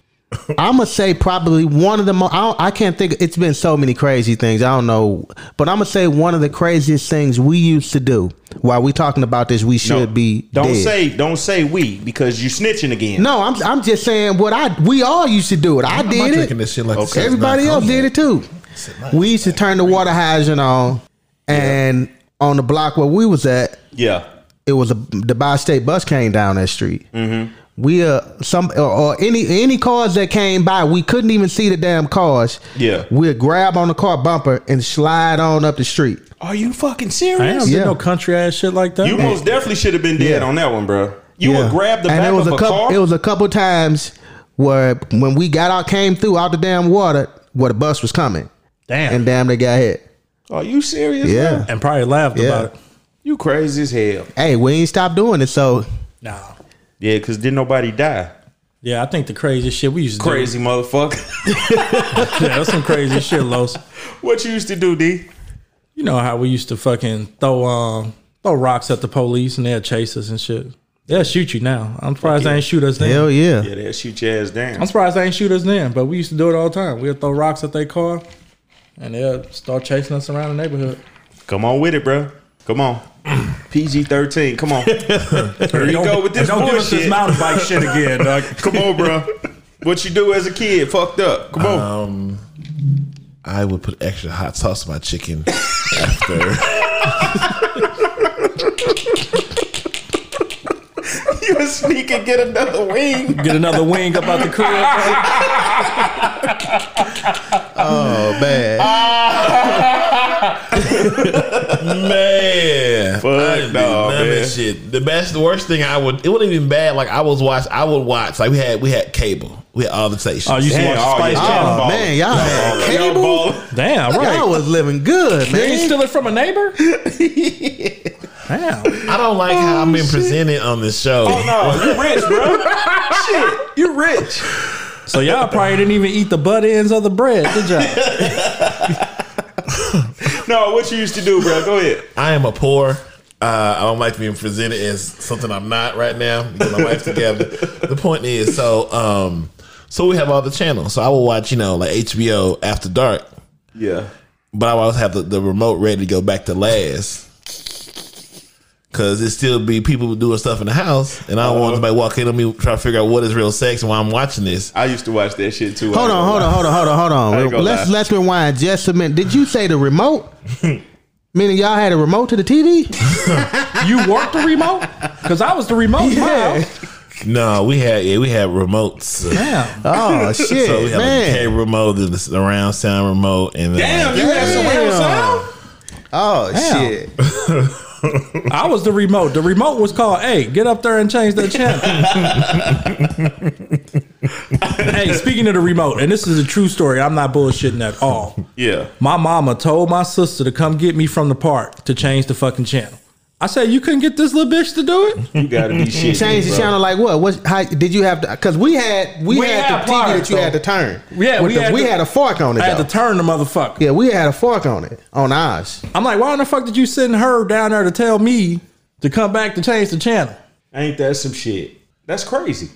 I'm gonna say probably one of the most. I, don't- I can't think. It's been so many crazy things. I don't know, but I'm gonna say one of the craziest things we used to do. While we talking about this, we should No. be. Don't dead. say don't say we because you snitching again. No, I'm. I'm just saying what I. We all used to do it. I Am I did drinking it. this shit like this is Everybody not else common? did it too. We used to turn the water hydrant on, and on the block where we was at, Yeah. it was a the bi state bus came down that street. Mm-hmm. We uh some or, or any any cars that came by, we couldn't even see the damn cars. Yeah. we'll grab on the car bumper and slide on up the street. Are you fucking I ain't serious? did Yeah. no country ass shit like that. You most definitely should have been dead Yeah. on that one, bro. You would grab the and back it was of a, couple. car. It was a couple times where when we got out, came through out the damn water where the bus was coming, damn. and And, damn, they got hit. Are you serious? Yeah. bro? probably laughed Yeah. about it. You crazy as hell. Hey, we ain't stopped doing it, so Nah. Yeah, because didn't nobody die. Yeah, I think the craziest shit we used to Crazy motherfucker. do. Yeah, that's some crazy shit, Los. what you used to do, D? You know how we used to fucking throw um throw rocks at the police and they'll chase us and shit. They'll shoot you now. I'm surprised they ain't shoot us then. hell yeah. Yeah, they'll shoot your ass down. I'm surprised they ain't shoot us then, but we used to do it all the time. We'd throw rocks at their car and they'll start chasing us around the neighborhood. Come on with it, bro. Come on. PG 13. Come on. Here you go with this Don't give us this bullshit. mountain bike shit again, dog. Come on, bro. What you do as a kid? Fucked up. Come on. Uh, Um, I would put extra hot sauce on my chicken after. you would sneak and get another wing. Get another wing up out the crib. dog. Oh man. Man, I didn't do no, none of that man. shit. The best, the worst thing I would. It wasn't even bad. Like I was watch. I would watch. Like we had, we had cable. We had all the stations. Oh, you used to Damn, watch oh, Spice yeah. Channel. Oh man, y'all had Y'all cable. ball. Damn, right. Y'all was living good, They ain't man. steal it from a neighbor? Damn. I don't like how I'm being presented on this show. Oh, No, you rich, bro. Shit, you rich. So y'all probably didn't even eat the butt ends of the bread, did y'all? No, what you used to do, bro? Go ahead. I am a poor. Uh, I don't like being presented as something I'm not right now. Get my life together. The point is, so um, so we have all the channels. So I will watch, you know, like HBO After Dark, Yeah. but I always have the, the remote ready to go back to last. Cause it still be people doing stuff in the house, and I don't want somebody walking in on me trying to figure out what is real sex and why I'm watching this. I used to watch that shit too. Hold on, hold on, hold on, hold on, I hold ain't on. gonna Let's lie. let's rewind just a minute. Did you say the remote? Meaning y'all had a remote to the TV? You worked the remote? Because I was the remote. Yeah. Yeah. No, we had yeah, we had remotes. Damn. Oh shit, So we had like the man! K remote, the the surround sound remote, and then Damn, you had some real sound. Oh Damn. shit! I was the remote. The remote was called, hey, get up there and change that channel. hey, speaking of the remote, and this is a true story, I'm not bullshitting at all. Yeah. My mama told my sister to come get me from the park to change the fucking channel. I said, you couldn't get this little bitch to do it? You gotta be shit. Change the bro. channel like what? What? How did you have to? Because we had we, We had, had the TV pliers, that you though. had to turn. Yeah, With we the- had we the- had a fork on it. I had though. to turn the motherfucker. yeah, we had a fork on it on ours. I'm like, why in the fuck did you send her down there to tell me to come back to change the channel? Ain't that some shit? That's crazy.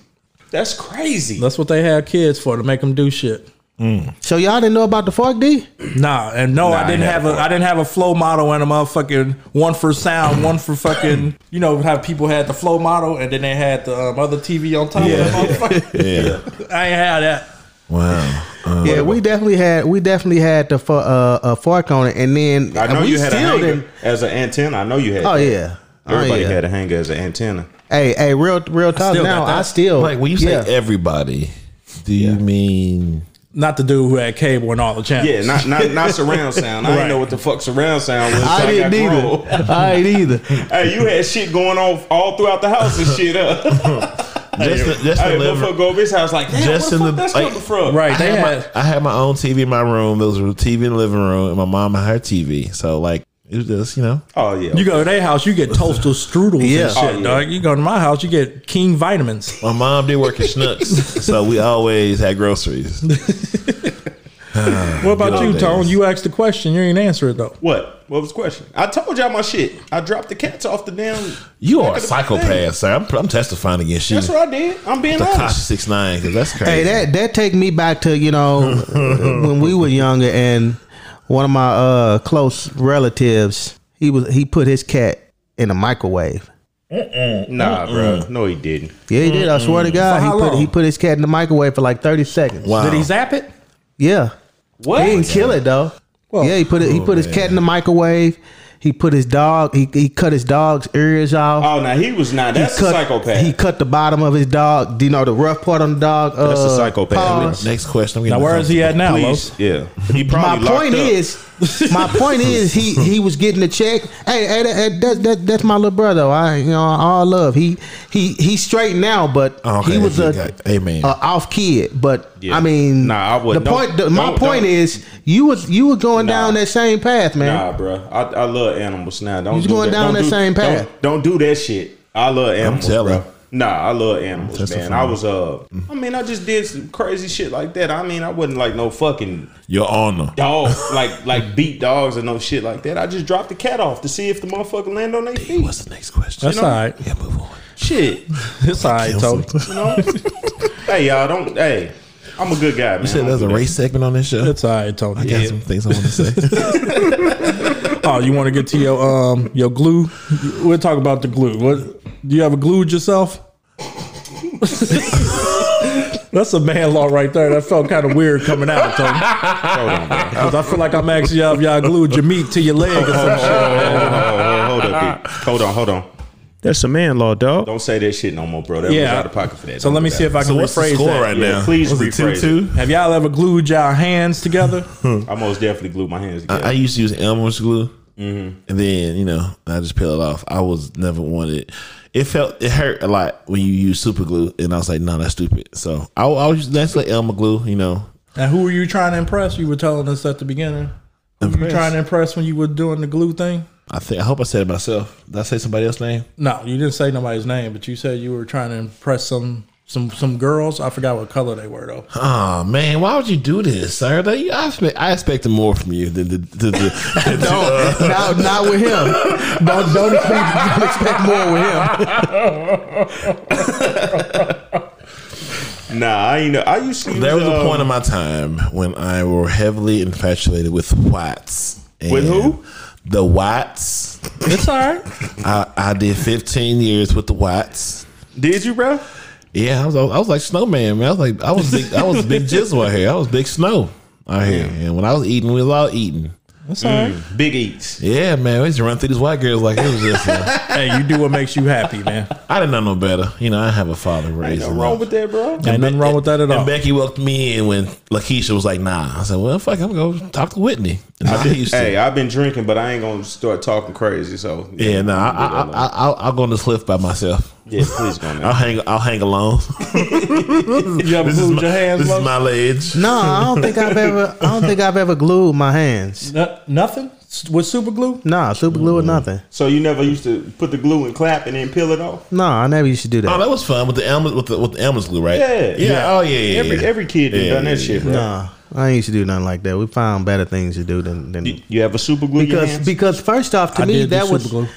That's crazy. That's what they have kids for to make them do shit. So y'all didn't know about the fork D? Nah, and no, I didn't have a I didn't have a flow model and a motherfucking one for sound, one for fucking you know how people had the flow model and then they had the um, other TV on top of that motherfucker. Yeah. I ain't had that. Wow. Uh, Yeah, we definitely had we definitely had the fo- uh, a fork on it, and then I know we you had a still hanger didn't- as an antenna. I know you had. Oh that. yeah, Everybody oh, yeah. had a hanger as an antenna. Hey, hey, real real talk. still got now that. I still like when you say yeah. everybody, do you mean Not the dude who had cable and all the channels. Yeah, not not not surround sound. I didn't Right. know what the fuck surround sound was. I I, didn't didn't got either. grown. I ain't either. Hey, you had shit going on all throughout the house and shit. Up. just the, just hey, the lever- motherfucker go over his house like, damn, Just where in the the- fuck that's like- coming from? Right, I they had, had my, I had my own TV in my room. There was a TV in the living room, and my mom had her TV. So like it was just you know. Oh yeah. you go to their house, you get toaster strudels Yeah. and shit, Oh, yeah. dog. You go to my house, you get King vitamins. My mom did work at Schnucks, so we always had groceries. What about Good you, old Tone? days. You asked the question, you ain't answer it though. what? What was the question? I told y'all my shit. I dropped the cats off the damn. You back are a of the thing. psychopath, sir. I'm, I'm testifying against you. That's what I did. I'm being Takashi honest. six nine because that's crazy. Hey, that that take me back to you know when we were younger, and one of my uh, close relatives he was he put his cat in a microwave. Nah, bro. No, he didn't. Yeah, he did. I swear to God, For he how put long? he put his cat in the microwave for like thirty seconds. wow. Did he zap it? Yeah, What? he didn't kill it though. Well, yeah, he put it. He put his cat in the microwave. He put his dog. He, he cut his dog's ears off. Oh, now he was not. That's he cut, a psychopath. He cut the bottom of his dog. Do you know the rough part on the dog? Uh, That's a psychopath. paws? Next question. I'm getting Now where is he at now, Los? Please. Yeah. He My probably point locked up. is, my point is, he he was getting a check. Hey, hey, that, that, that, that- that's my little brother. I you know all love. He he he straight now, but Oh, okay. he was a, Okay. Amen. a off kid. But Yeah. I mean, Nah, I wouldn't. The Don't- point, the, my don't- point don't. is, you was you were going down that same path, man. Nah, bro. I, I love animals now. Don't You's do going that. down Don't that do- same path. Don't, don't do that shit. I love animals, telling. bro. Nah, I love animals, man. testifying. I was uh, I mean, I just did some crazy shit like that. I mean, I wasn't like no fucking Your honor. dog, like like beat dogs or no shit like that. I just dropped the cat off to see if the motherfucker land on their feet. What's the next question? That's all right. Yeah, move on. Shit, you It's all right, Tone. know. hey, y'all, don't. Hey, I'm a good guy, man. Shit, there's a race segment on this show. It's all right, Tony. I got some things I want to say. Oh, you want to get to your um your glue? We'll talk about the glue. What do you ever glued yourself? That's a man law right there. That felt kind of weird coming out, Tony. Because I feel like I'm asking y'all if y'all glued your meat to your leg or some shit. Oh, hold, up, dude. hold on, hold on. That's a man law, dog. Don't say that shit no more, bro. That was Yeah. out of pocket for that. So Don't let do me that. see if I can So what's the rephrase score that. right Yeah, now? please was it rephrase two it. two? Have y'all ever glued y'all hands together? I most definitely glued my hands together. I, I used to use Elmer's glue, and then you know I just peel it off. I was never wanted. It felt it hurt a lot when you use super glue, and I was like, no, that's stupid. So I, I was that's like Elmer glue, you know. And who were you trying to impress? You were telling us at the beginning. Who were you Impress. trying to impress when you were doing the glue thing? I think I hope I said it myself. Did I say somebody else's name? No, you didn't say nobody's name, but you said you were trying to impress some some some girls. I forgot what color they were though. Oh man, why would you do this, sir? That you- I expect I expected more from you than the, the, the, the, Not, not with him. Don't don't expect, don't expect more with him. Nah, I ain't know. I used to. Use, There was a um, point in my time when I were heavily infatuated with Watts. And With who? The Watts. It's all right. I, I did 15 years with the Watts. Did you, bro? Yeah, I was I was like snowman, man. I was like I was big, I was big jizzle out here. I was big snow out here. And when I was eating, we was all eating. It's all right. Big eats. Yeah, man, we used to run through these white girls like it was just. uh, Hey, you do what makes you happy, man. I didn't know no better. You know, I have a father raising. Nothing me. wrong with that, bro. Ain't nothing wrong with that at all. And Becky welcomed me in when Lakeisha was like, "Nah." I said, "Well, fuck, I'm gonna go talk to Whitney." And I used to. Hey, I've been drinking, but I ain't gonna start talking crazy. So Yeah, no, I, I, I, I'll, I'll go on this lift by myself. yeah, please go I'll now. hang. I'll hang alone. You ever this is glued my, your hands? this is Lo? my ledge. No, I don't think I've ever. I don't think I've ever glued my hands. No- nothing S- with super glue. Nah, super glue or Mm-hmm. nothing. So you never used to put the glue and clap and then peel it off? No, I never used to do Oh, that. that was fun with the Elmer's with the with the Elmer's glue, right? Yeah. yeah. Oh yeah, yeah. Every yeah. every kid done Yeah, done that yeah, shit, bro. Nah, I ain't used to do nothing like that. We found better things to do than than You have a super glue your because hands? because first off, to I me did do that was super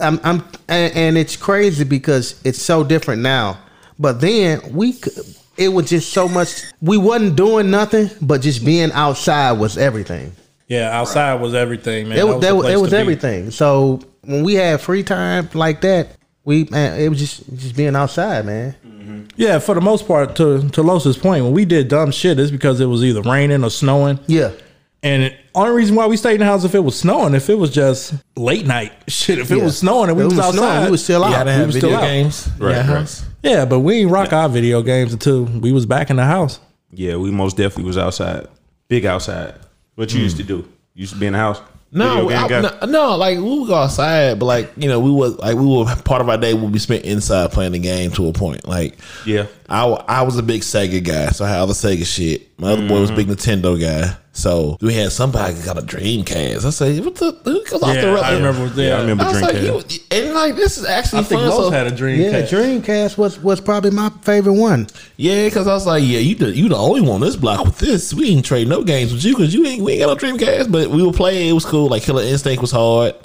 I'm, I'm and, and it's crazy because it's so different now. But then we c- it was just so much. We wasn't doing nothing, but just being outside was everything. Yeah, outside was everything, man. It was the that was, place it was to be. everything. So when we had free time like that, we man, it was just just being outside, man. Yeah, for the most part, to to Los's point, when we did dumb shit, it's because it was either raining or snowing. Yeah, And it, only reason why we stayed in the house if it was snowing, if it was just late night shit, if it Yeah. was snowing and we It was, was snowing, outside, we was still out. Y'all We didn't have was still video out. games. Right, Yeah, right. Yeah, but we ain't rock our video games until we was back in the house. Yeah, we most definitely was outside, big outside. What you used to do? You used to be in the house. Hmm. No, Video game I- guy? no, no, like we would go outside, but like you know, we was like we were part of our day would be spent inside playing the game to a point. Like, Yeah. I, w- I was a big Sega guy, so I had all the Sega shit. My other boy was a Mm-hmm. big Nintendo guy, so we had somebody that got a Dreamcast. I say, what the who goes off the Yeah, road? I remember. Yeah, I remember I was like, drinking. you, and like this is actually I think fun. Los so- had a dream. yeah. catch. Dreamcast was was probably my favorite one. Yeah, because I was like, yeah, you the, you the only one on this block with this. We ain't trade no games with you because you ain't we ain't got no Dreamcast. But we would play. It was cool. Like Killer Instinct was hard.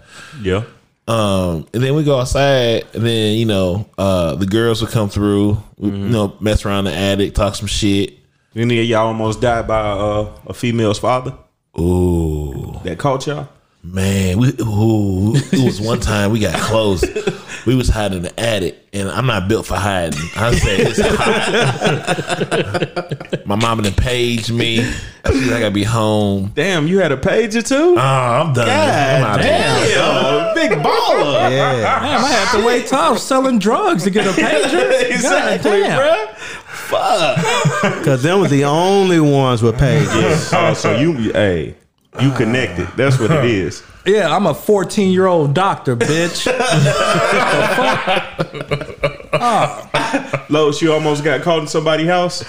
yeah. Um, and then we go outside, and then you know uh, the girls would come through. Mm-hmm. You know, mess around in the attic, talk some shit. Any of y'all almost died by uh, a female's father Ooh, that caught y'all? man, we ooh, it was one time we got close. we was hiding in the attic, and I'm not built for hiding. I say it's hot. My mama then paged me. I said I gotta be home. Damn, you had a page or two? Oh, I'm done. I'm out of here. Damn, big baller. Yeah, Damn, I had to wait time selling drugs to get a pager. exactly, damn. bruh. because them was the only ones with pages. Oh, so you, hey, you connected. That's what it is. Yeah, I'm a 14 year old doctor, bitch. Los, you almost got caught in somebody's house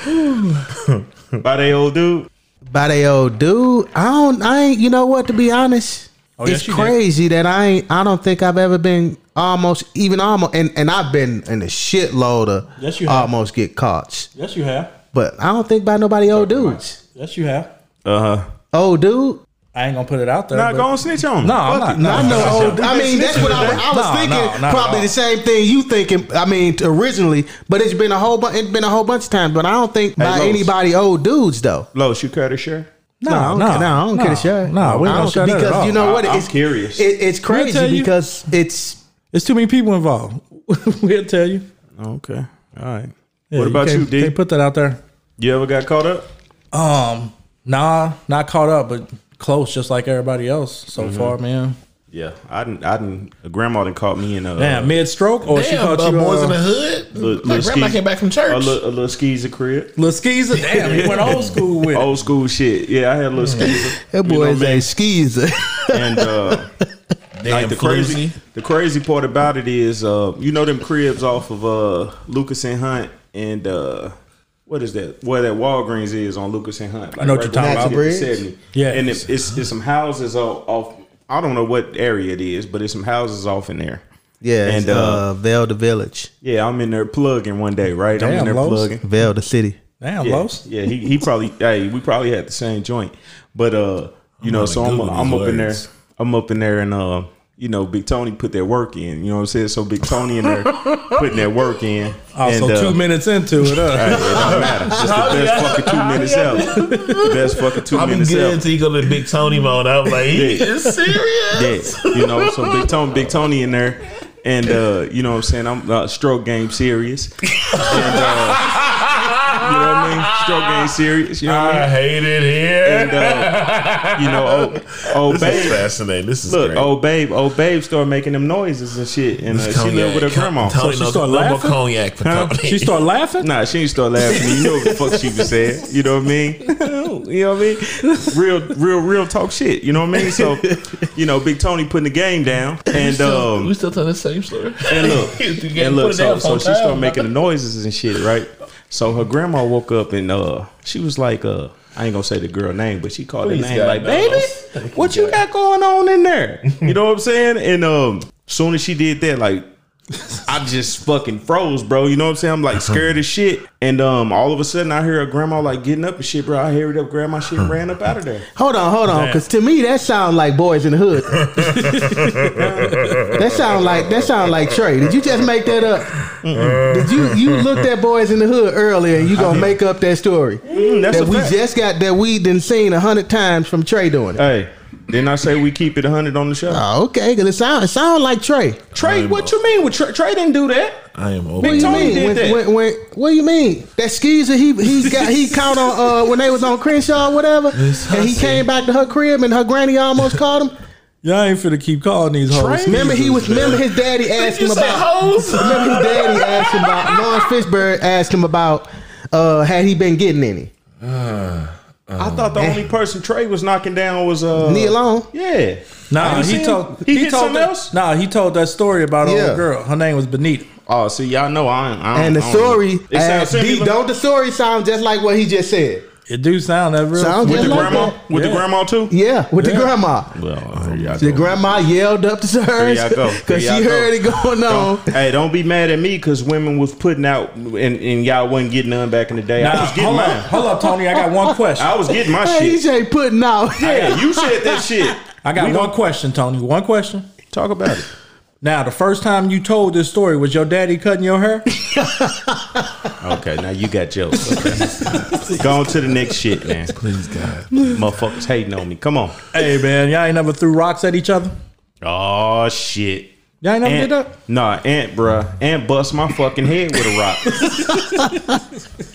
by they old dude. By the old dude, I don't, I ain't. You know what? To be honest, Oh, yes, it's you did. crazy that I ain't. I don't think I've ever been almost even almost, and, and I've been in a shitload of Yes, you have. almost get caught. yes, you have. But I don't think by nobody old dudes. Yes, you have. Uh huh. Old dude. I ain't gonna put it out there. Not but- going snitch on. him. No, I'm Fuck not. it. No, I know. Old, I mean, that's what I, was- I was No, thinking. no, no, probably no. the same thing you thinking. I mean, originally, but it's been a whole bunch. It's been a whole bunch of times. But I don't think by Los. anybody old dudes though. Los, you cut her share. No, I don't care- no, I don't care to share. No, we I don't don't- share that because at all. you know what? I- I'm curious. It, it's tell crazy you- because it's It's too many people involved. we'll tell you. Okay. All right. Yeah, what about can't- you, D? Can't put that out there. you ever got caught up? Um, nah, not caught up, but close, just like everybody else so far, man. Yeah, I didn't. I didn't. A grandma didn't caught me in a Uh, Damn, mid stroke or she Damn, caught uh, you boys uh, in the hood. look, My look, grandma ski- came back from a church. little, a little skeezer crib. Lil Skeezer? Damn, he went old school with it. Old school shit. Yeah, I had a little skeezer. that know boy is what I a mean? skeezer. And uh, Damn, like the crazy, the crazy part about it is, uh, you know, them cribs off of uh, Lucas and Hunt and uh, what is that? Where that Walgreens is on Lucas and Hunt. Like know what you're talking where about. you get to Bridge? 70. Yeah. and it, it's it's some houses off, off. I don't know what area it is, but it's some houses off in there. yeah, And, and uh, Vail the village, Yeah, I'm in there plugging one day, right? I'm in Damn, there Los. plugging. Vail the city. Damn, Yeah, Los. yeah, he, he probably hey, we probably had the same joint. But uh, you know, gonna so I'm, Google these I'm up in there, words. I'm up in there and uh, you know, Big Tony put their work in, you know what I'm saying? So Big Tony in there putting their work in. Also, and, uh, Oh, two minutes into it, Hey, uh, it don't matter. It's just the best fucking two minutes ever. The best fucking 2 I'm good minutes ever. until you go to the Big Tony mode. I was like, he Yeah. is serious. Yeah, you know, so Big Tony, Big Tony in there, and uh, you know what I'm saying. I'm uh, stroke game serious, and uh, you know what I mean. Stroke game serious, you know what I mean. I hate it here. And uh, you know, old, old this is babe. fascinating. This is Look, oh, great. old babe, old babe started making them noises and shit, and uh, This she lived with her cognac. grandma. Tony she knows started no more laughing? cognac for Tony. she started laughing. Nah, she ain't start laughing. You know what the fuck she was saying. You know what I mean? you know what I mean? Real, real, real talk shit. You know what I mean? So, you know, Big Tony putting the game down, and um, we still telling the same story. And look, and look, so, so she started making the noises and shit, right? So her grandma woke up and uh, she was like, uh, I ain't gonna say the girl name, but she called her Please, name God, like, no. baby, what you got going on in there? You know what I'm saying? And um, soon as she did that, like. I just fucking froze, bro. You know what I'm saying? I'm like scared as shit. And um, all of a sudden, I hear her grandma like getting up and shit, bro. I hurried up, grabbed my shit, and ran up out of there. Hold on, hold on, because to me that sound like boys in the hood. that sound like that sound like Trey. Did you just make that up? Did you you looked at boys in the hood earlier and you gonna make up that story Mm, that's that a we fact. Uh. just got that we done seen a hundred times from Trey doing it. Hey, didn't I say we keep it 100 on the show? Oh, okay, cause it sound it sound like Trey. Trey, what you mean? With Trey, Trey didn't do that. I am over. What do you Tony mean? did When- that. when- when- what do you mean? That skeezer he he got he caught on uh, when they was on Crenshaw or whatever, and he hussy. came back to her crib and her granny almost caught him. Y'all ain't finna keep calling these hoes. Remember he was remember his daddy asked him about hoes? remember his daddy asked him about Lawrence Fishburne asked him about uh, had he been getting any I thought the only person Trey was knocking down was uh Oh, Neil Long. Yeah. Have Nah, you he seen- told he, hit told something that- else. Nah, he told that story about an Yeah. old girl. Her name was Benita. Oh, see, y'all know I. Ain't, I don't- And the I don't- story, It sounds uh, D, similar. don't the story sound just like what he just said? It do sound that real. Sounds with just the like grandma, that. with Yeah. the grandma too. Yeah, with the Yeah. grandma. Well, here y'all The go. grandma yelled up to hers y'all go. Here because she y'all go. heard it going on. Don't- Hey, don't be mad at me because women was putting out and, and y'all wasn't getting none back in the day. Nah, I was getting hold mine. up, hold up, Tony. I got one question. I was getting my Hey, shit. EJ putting out. Yeah, you said that shit. I got We one question, Tony. One question. Talk about it. Now, the first time you told this story, was your daddy cutting your hair? Okay, now you got jokes. Okay. go on to the next shit, man. Please God. Motherfuckers hating on me. Come on. hey, man, y'all ain't never threw rocks at each other. Oh shit. Y'all ain't never Ant, did that. Nah, Ant, bruh. Ant bust my fucking head with a rock.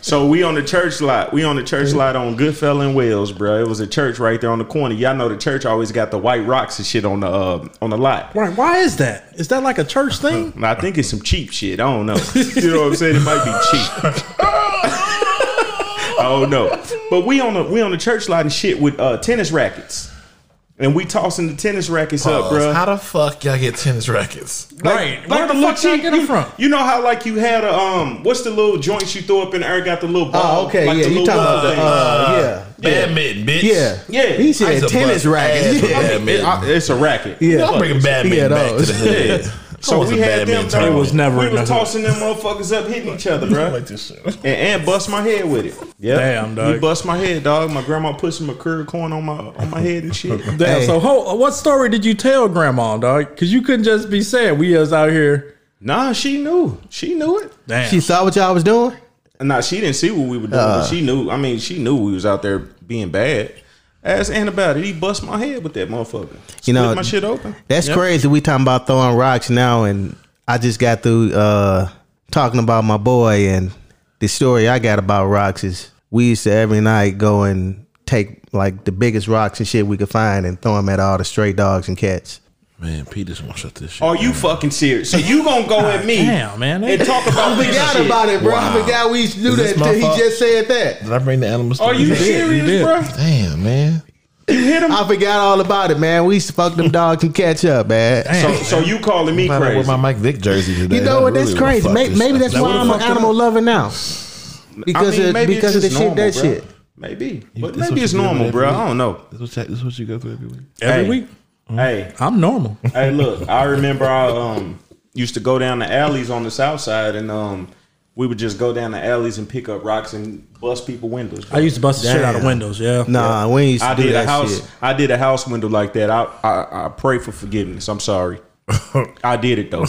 so we on the church lot. We on the church lot on Goodfella and Wells, bruh. It was a church right there on the corner. Y'all know the church always got the white rocks and shit on the uh, on the lot. Right? Why is that? Is that like a church thing? And I think it's some cheap shit. I don't know. You know what I'm saying? It might be cheap. I don't know. But we on the we on the church lot and shit with uh, tennis rackets. And we tossing the tennis rackets up, bruh. How the fuck y'all get tennis rackets? right. Where Like the, little fuck y'all cheap- get it you- from? You know how like you had a um, what's the little joints you throw up in the air? Got the little ball. Oh, okay. like yeah, the you little talking ball about the, thing. uh, Badminton, bitch. yeah. Yeah. Yeah. He I used said to tennis bust rackets. ass with Yeah. It- uh, I- badminton. it's a racket. Yeah. I'm bringing Yeah, badminton back to those. the hood. So we had them. It was never We in the was hood. tossing them motherfuckers up, hitting each other, bro. this shit. And, and bust my head with it. Yeah. Damn, dog. You bust my head, dog. My grandma put some curd corn on my on my head and shit. Damn, Hey. So, ho- what story did you tell grandma, dog? Because you couldn't just be saying we is out here. nah, she knew. She knew it. Damn. She saw what y'all was doing. Nah, she didn't see what we were doing, but Uh. she knew. I mean, she knew we was out there being bad. Ask Ant about it. He bust my head with that motherfucker. Split know, my shit open. That's Yep. crazy. We talking about throwing rocks now, and I just got through uh, talking about my boy, and the story I got about rocks is we used to every night go and take like the biggest rocks and shit we could find and throw them at all the stray dogs and cats. Man, Peter's gonna shut this shit. Are you fucking serious? So you gonna go at me Damn, man. and talk about this shit? it, bro. I Wow. forgot we used to do Is this that my till he fault? just said that. Did I bring the animals? Are you did, you serious, did. bro? Damn, man. I forgot all about it, man. We used to fuck them dogs and catch up, man. So, so you calling me I'm with crazy? my Mike Vick jersey today. You know I what? That's really wanna crazy. fuck Maybe, this maybe shit. that's why I'm an fucked it animal lover now. Because I mean, of maybe because of it's the just shit normal, that bruh. shit. Maybe, You- but that's what maybe it's you do normal, every bro. week. I don't know. This is what you- this is what you go through every week. Every Hey. week. Hey, I'm normal. hey, look. I remember I um used to go down the alleys on the south side, and um we would just go down the alleys and pick up rocks and bust people windows. bro. I used to bust the shit out of Damn. windows. Yeah. Nah, we ain't used to I do did that a house. shit. I did a house window like that. I I, I pray for forgiveness. I'm sorry. I did it though.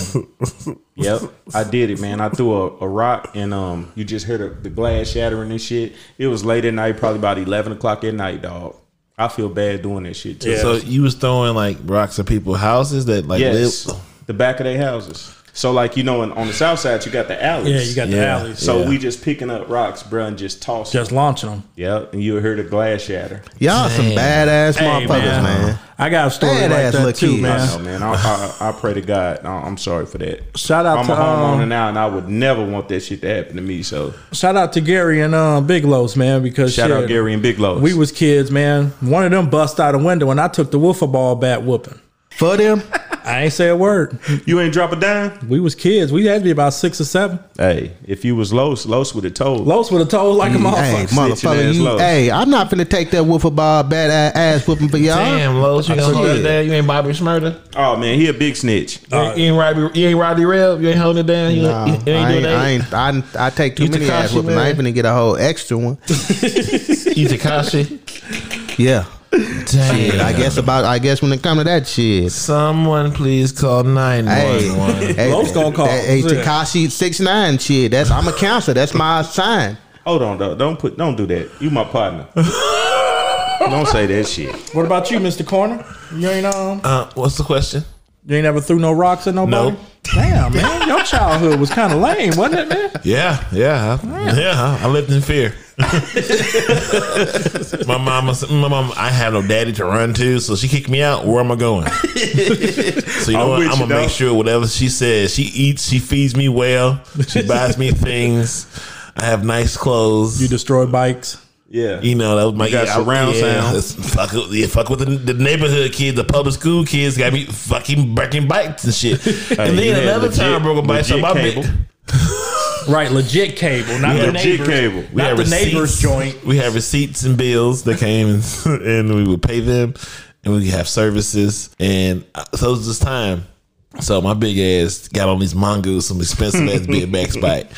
yep, I did it, man. I threw a, a rock and um, you just heard the, the glass shattering and shit. It was late at night, probably about eleven o'clock at night, dog. I feel bad doing that shit too. So you was throwing like rocks at people's houses that like Yes, live. the back of their houses. So like you know, in, on the south side, you got the alleys. Yeah, you got the Yeah. alleys. So Yeah. we just picking up rocks, bruh, and just tossing. Just launching them. yep, and you hear the glass shatter. Y'all some badass motherfuckers, man. I got a story Badass like little that too, kids. I man. know, man. I, I, I pray to God. I- I'm sorry for that. Shout out I'm to a homeowner um, now, and I would never want that shit to happen to me. So shout out to Gary and um, Big Lows, man. Because shout out shit, Gary and Big Lowe's. We was kids, man. One of them bust out a window, and I took the wiffle ball bat whooping. For them, I ain't say a word. you ain't drop a dime. We was kids. We had to be about six or seven. Hey, if you was Los, Los would have told. Los would have told like a hey, motherfucker. snitching motherfucker, ass you, low. hey, I'm not finna take that woofer ball bad ass whooping for y'all. Damn, Lowe's, you gonna hold Shit. it down? You ain't Bobby Smurda. Oh man, he a big snitch. You ain't- you ain't Roddy. You ain't Roddy Reb. You ain't holding it down. You, Nah, you ain't doing I, ain't, that. I, ain't, I, ain't- I take too You many ass Tekashi, whooping. I ain't man. finna get a whole extra one. You Takashi. Yeah. Shit, I guess about. I guess when it come to that shit. Someone please call nine Hey, one one. hey, Lowe's gonna call. that- Hey, Yeah. Takashi six nine shit. That's I'm a counselor. That's my sign. Hold on, though. Don't put. Don't do that. You my partner. don't say that shit. What about you, Mr. Corner? You ain't um, Uh, what's the question? you ain't ever threw no rocks at nobody. No. Damn, man, your childhood was kind of lame, wasn't it, man? Yeah, yeah, I- yeah. I lived in fear. my mama, said- my mom, I had no daddy to run to, so she kicked me out. Where am I going? so you know I'm what? with you, I'm gonna make dog. sure whatever she says, she eats, she feeds me well, she buys me things. I have nice clothes. You You, destroyed bikes. Yeah. know that was my got I- surround yeah, sound. it's- Fuck, with- yeah, fuck with the, the neighborhood kids, the public school kids got me fucking breaking bikes and shit. and you then had another legit- time I broke a bike, so legit my cable. bit- Right, legit cable, not the Legit neighbor's cable. We not had the neighbor's joint. We had receipts and bills that came, and, and we would pay them, and we have services, and uh, so it was this time. So my big ass got on these mongoose, some expensive ass big back spike.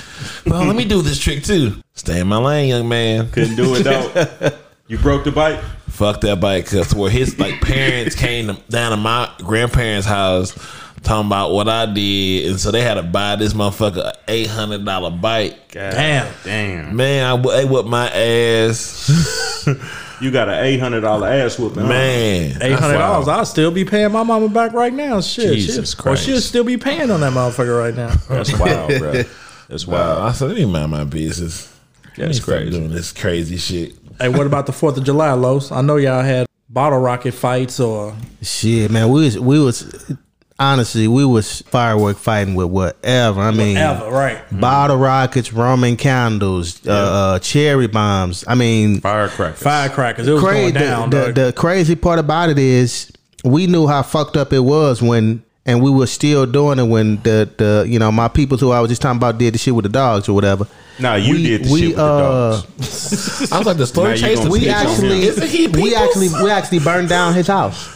Well, let me do this trick too. Stay in my lane, young man. Couldn't do it though. you broke the bike. Fuck that bike. Cause where his like parents came to, down to my grandparents' house talking about what I did, and so they had to buy this motherfucker a eight hundred dollar bike. Damn, Damn. Man, I w- they whipped my ass. You got an eight hundred dollar ass whooping. huh? Man, eight hundred dollars. I'll still be paying my mama back right now. Shit, Jesus she'll, Christ. or she'll still be paying on that motherfucker right now. That's wild, bro. That's Wow, wild. Uh, I said, let me mind my business. That's crazy. Doing this crazy shit. hey, what about the Fourth of July, Los? I know y'all had bottle rocket fights or Shit, man, we was we was honestly we was firework fighting with whatever. I mean, ever, right? Mm-hmm. bottle rockets, Roman candles, uh, uh, cherry bombs. I mean, Firecrackers. Firecrackers. It was crazy. going down. the, dog. the, the crazy part about it is we knew how fucked up it was when, and we were still doing it when the the you know my people who I was just talking about did the shit with the dogs or whatever. Nah, you We- did the we, shit with uh, the dogs. I was like, the Now story you chase. gonna We snitch on actually, Actually, isn't he we people's? actually we actually burned down his house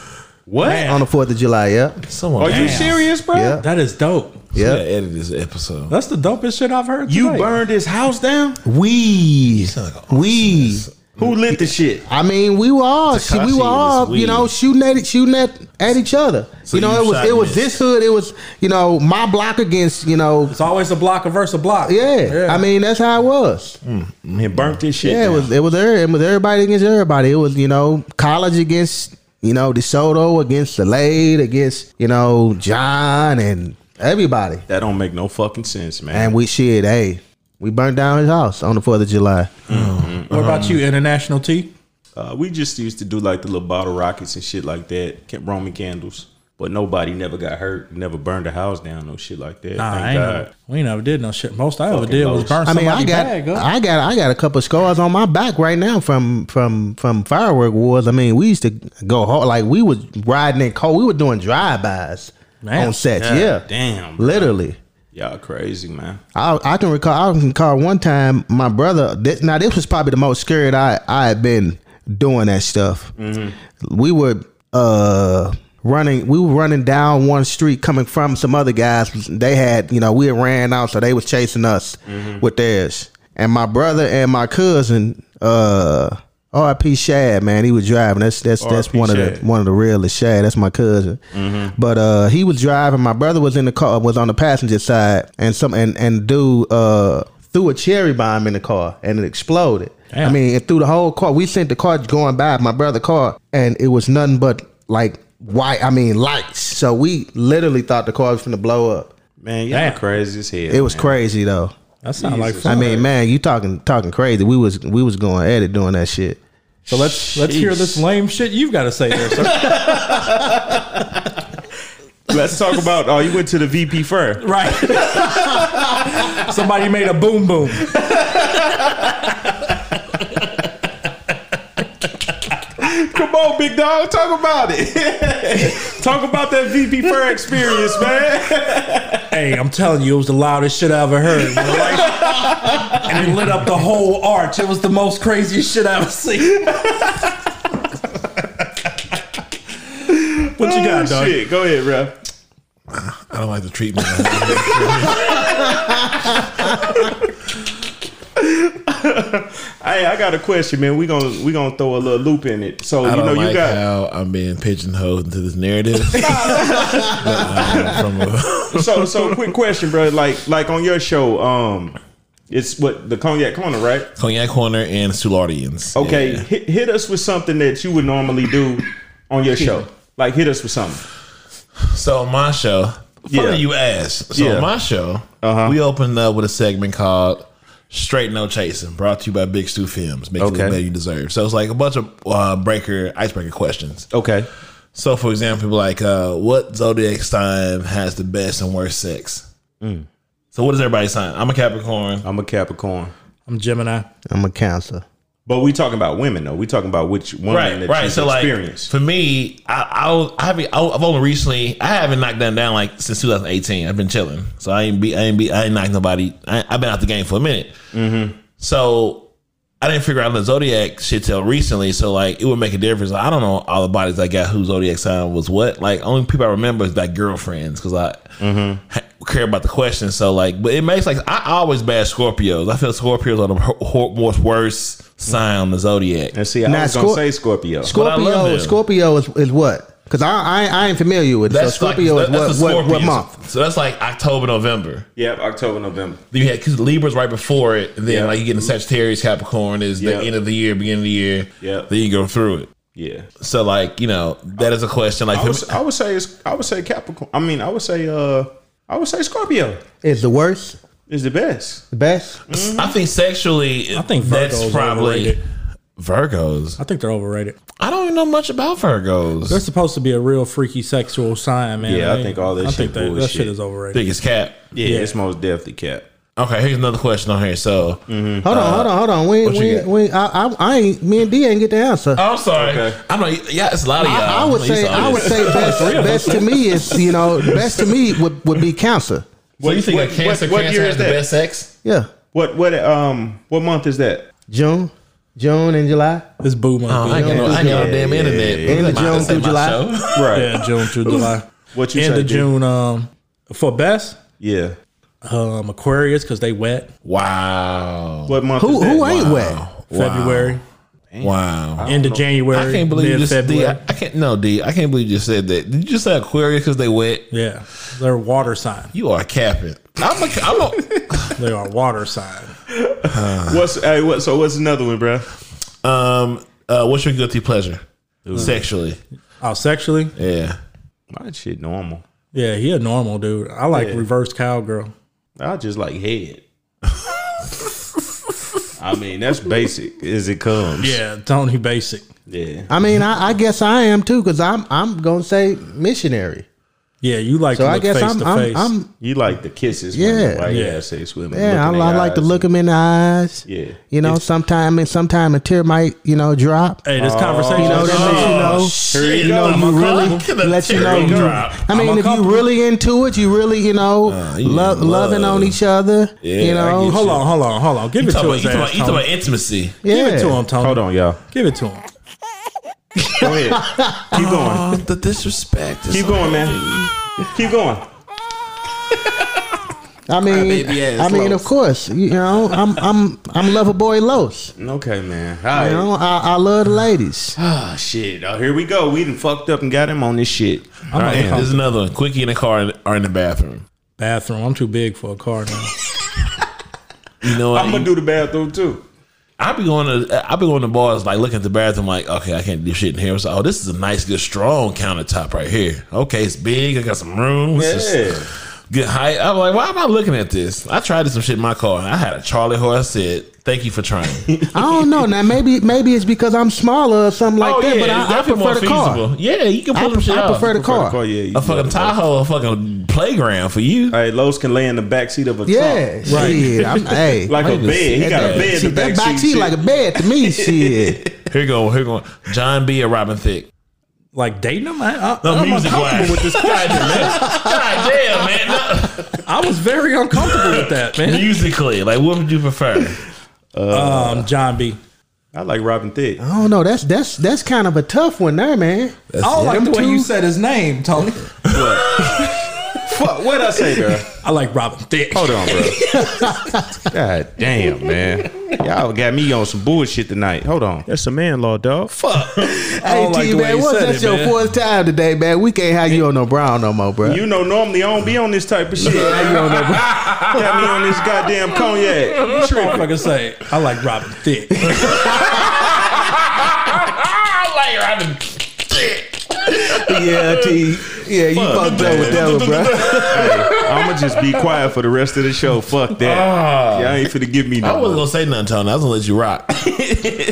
What? on the Fourth of July. Yeah, Someone, Are you Damn. serious, bro? Yeah. that is dope. We gotta yeah. edit this episode. That's the dopest shit I've heard. You today. burned his house down? We we. Who lit the shit? I mean, we were all Tekashi we and were his all weed. you know shooting at shooting at, at each other. So you know, you it was shot it and was missed. this hood. It was you know my block against you know It's always a block versus a block. yeah. I mean, that's how it was. Mm-hmm. He burnt his shit. Yeah, it down. was it was every- it was everybody against everybody. It was you know college against you know DeSoto against Slade against you know John and everybody. That don't make no fucking sense, man. And we shit, hey, we burned down his house on the Fourth of July. What about Uh-huh. you, international T? Uh, we just used to do like the little bottle rockets and shit like that, ca- Roman candles. But nobody never got hurt, never burned a house down, no shit like that. Nah, I Thank ain't God. never, we ain't never did no shit. Most I ever Fucking did was Los. burn I mean, somebody's I got, bag up. I got, I got a couple scars on my back right now from from from firework wars. I mean, we used to go hard, like we was riding in cold. We were doing drive bys Man. on sets. God yeah, damn, bro. literally. Y'all crazy, man. I, I can recall. I can recall one time my brother. This, now this was probably the most scared I I had been doing that stuff. We were uh running. We were running down one street coming from some other guys. They had you know we had ran out, so they was chasing us with theirs. And my brother and my cousin, uh, R.P. Shad, man, he was driving. That's that's that's R.I.P. one of Shad. the one of the realest Shad. That's my cousin. But uh, he was driving. My brother was in the car, was on the passenger side, and some and and dude uh, threw a cherry bomb in the car, and it exploded. I Damn. mean, it threw the whole car. We sent the car going by my brother's car, and it was nothing but like white. I mean, lights. So we literally thought the car was going to blow up. Man, y'all Damn. crazy as hell. It was man. crazy though. That sounds like Jesus. I fun. mean, man, you talking talking crazy. We was we was going at it doing that shit. So let's let's hear this lame shit you've got to say there, sir. Let's talk about. Oh, you went to the VP fair. right. Somebody made a boom boom. Come on, big dog, talk about it. talk about that VP fair experience, man. Hey, I'm telling you, it was the loudest shit I ever heard. When the lights- and it lit up the whole arch. It was the most craziest shit I ever seen. what you got, dog? Shit, go ahead, bro. I don't like the treatment. Hey, I got a question, man. We gonna we gonna throw a little loop in it. So I you don't know like you got how I'm being pigeonholed into this narrative. But I'm from a- so so quick question, bro. Like like on your show, um, it's what the cognac corner, right? Cognac Corner and Sulardians. Okay, Yeah. hit, hit us with something that you would normally do on your show. Like hit us with something. So on my show, funny Yeah. you asked. So Yeah. Uh-huh. on my show, we opened up with a segment called Straight No Chasing, brought to you by Big Stu Films. Make Okay. it better you deserve. So it's like a bunch of uh, breaker icebreaker questions. Okay. So for example, like uh, what zodiac sign has the best and worst sex? Mm. So what is everybody's sign? I'm a Capricorn. I'm a Capricorn. I'm Gemini. I'm a counselor. But we talking about women though. We talking about which woman Right, that right. she's So like experienced. for me, I I'll, I haven't I'll- I've only recently I haven't knocked them down like since 2018. I've been chilling, so I ain't be I ain't be I ain't knocked nobody. I, I've been out the game for a minute, so I didn't figure out the zodiac shit till recently. So like it would make a difference. I don't know all the bodies I got whose zodiac sign was what. Like only people I remember is like girlfriends because I ha- care about the question. So like, but it makes like I always bash Scorpios. I feel Scorpios are the hor- hor- most worst sign on the zodiac. and see, I Now, was gonna Scor- say Scorpio. But I Scorpio. love him. Scorpio is, is what? Because I, I I ain't familiar with it. So Scorpio like, is that's what, the what what Scorpios. month? So that's like October, November. yeah, October, November. You had because Libra's right before it. And then Yeah. like you get in Sagittarius, Capricorn is Yeah. the end of the year, beginning of the year. Yeah. Then you go through it. Yeah. So like you know that is a question. Like I would, I would say it's I would say Capricorn. I mean, I would say uh I would say Scorpio Is the worst, is the best. the best? I think sexually, I think that's Virgos probably overrated. Virgos. I think they're overrated. I don't even know much about Virgos. They're supposed to be a real freaky sexual sign, man. Yeah, I They- think all this I shit think that, that bullshit. shit is overrated. biggest cap. Yeah, it's most definitely Cap. Okay, here's another question on here. So Hold on, hold on, hold on. We what you we, got? we I, I I ain't me and D ain't get the answer. I'm sorry. Okay. I know. Yeah, it's a lot of y'all. I, I would know you say saw I would this. say best best to me is you know best to me would, would be cancer. So Oh, you think What- a cancer what- what cancer year has is the that? best sex? Yeah, What what um what month is that? June, June and July. It's boom Oh, I up. ain't got no, I ain't got no damn Yeah, internet. yeah, yeah. End of Mine June say through my July. show. Right. yeah, June through July. What you End say, of dude? June. Um, for best, Yeah. um, Aquarius because they wet. Wow. What month Who is that? who ain't wet? February, Wow. end of January. I can't believe you just D, I, mid-February. I can't no D. I can't believe you just said that. Did you just say Aquarius because they wet? Yeah, they're water sign. You are capping. I'm a. I'm a They are water sign. What's hey, what, so what's another one, bro? um. Uh, what's your guilty pleasure? Sexually. Oh, sexually? Yeah. My shit normal. Yeah, he a normal dude. I like reverse cowgirl. I just like head. I mean, that's basic as it comes. Yeah, Tony Basic. Yeah. I mean, I, I guess I am too because I'm I'm gonna say missionary. Yeah, you like So to I look guess face I'm to I'm, face. I'm You like the kisses. Yeah. When you Yeah. have sex with them, yeah I, look in I their like to eyes look them in the eyes. Yeah. you know If- sometime and sometime a tear might you know drop. hey, this conversation. You know that Oh, lets you know. Here you go. you I'm a really couple. let you know. Teardrop. you- I mean, a if you couple. really into it, you really you know you lo- in love. loving on each other. I you know, get Hold on, hold on, hold on. Give You it talking to about- his you talking ass, about- you talking Tony. about intimacy? yeah. Give it to him, Tony. Hold on, y'all. Give it to him. Go ahead. Keep going. Oh, the disrespect. Keep going, man. Keep going. I mean, I mean, of course, you know, I'm I'm I'm lover boy Los. Okay, man. All You right. know, I, I love the ladies. Ah, shit. Oh, here we go. We done fucked up and got him on this shit. I'm All not right, a there's couple. another one. Quickie in the car or in the bathroom. bathroom. I'm too big for a car now. You know what? I'm gonna do the bathroom too. I be going to I be going to bars like looking at the bathroom like okay I can't do shit in here. So oh this is a nice good strong countertop right here. Okay, it's big. I got some room. It's just Yeah. good height. I'm like why am I looking at this? I tried some shit in my car. I had a Charlie horse. I said thank you for trying. I don't know. Now maybe maybe it's because I'm smaller or something like oh that. yeah, but I, I definitely prefer the car. Yeah, you can I, pull them shit I off. prefer the car. Oh yeah. you a fucking know. Tahoe, a fucking playground for you. All right, Lowe's can lay in the back seat of a Yeah, truck. shit. I'm, hey, Like a Wait a bed. He second. got a Yeah. bed shit, in the that back, back seat like a bed to me. Shit. Here you go. Here you go. John B. or Robin Thicke. Like dating him? I, I, No, I'm music uncomfortable wise. with this. God damn, God damn, man. No. I was very uncomfortable with that, man. musically, like what would you prefer? Um, John B. I like Robin Thicke. I don't know. That's that's that's kind of a tough one there, man. I don't like Them the way you two- said his name, Tony. What? Fuck, what I say, girl? I like Robin Thicke. Hold on, bro. God damn, man. Y'all got me on some bullshit tonight. Hold on. That's a man law, dog. I Hey, don't like T the way man, you what's said that it, your man. fourth time today, man? We can't have you on no brown no more, bro. You know, normally I don't be on this type of shit. got me on this goddamn cognac. Sure, if I can say I like Robin Thicke. yeah, T. Yeah, you fucked up with that one, bro. I'ma just be quiet for the rest of the show. Fuck that. Ah. Y'all ain't finna give me I no. wasn't more. gonna say nothing, Tony. I was gonna let you rock.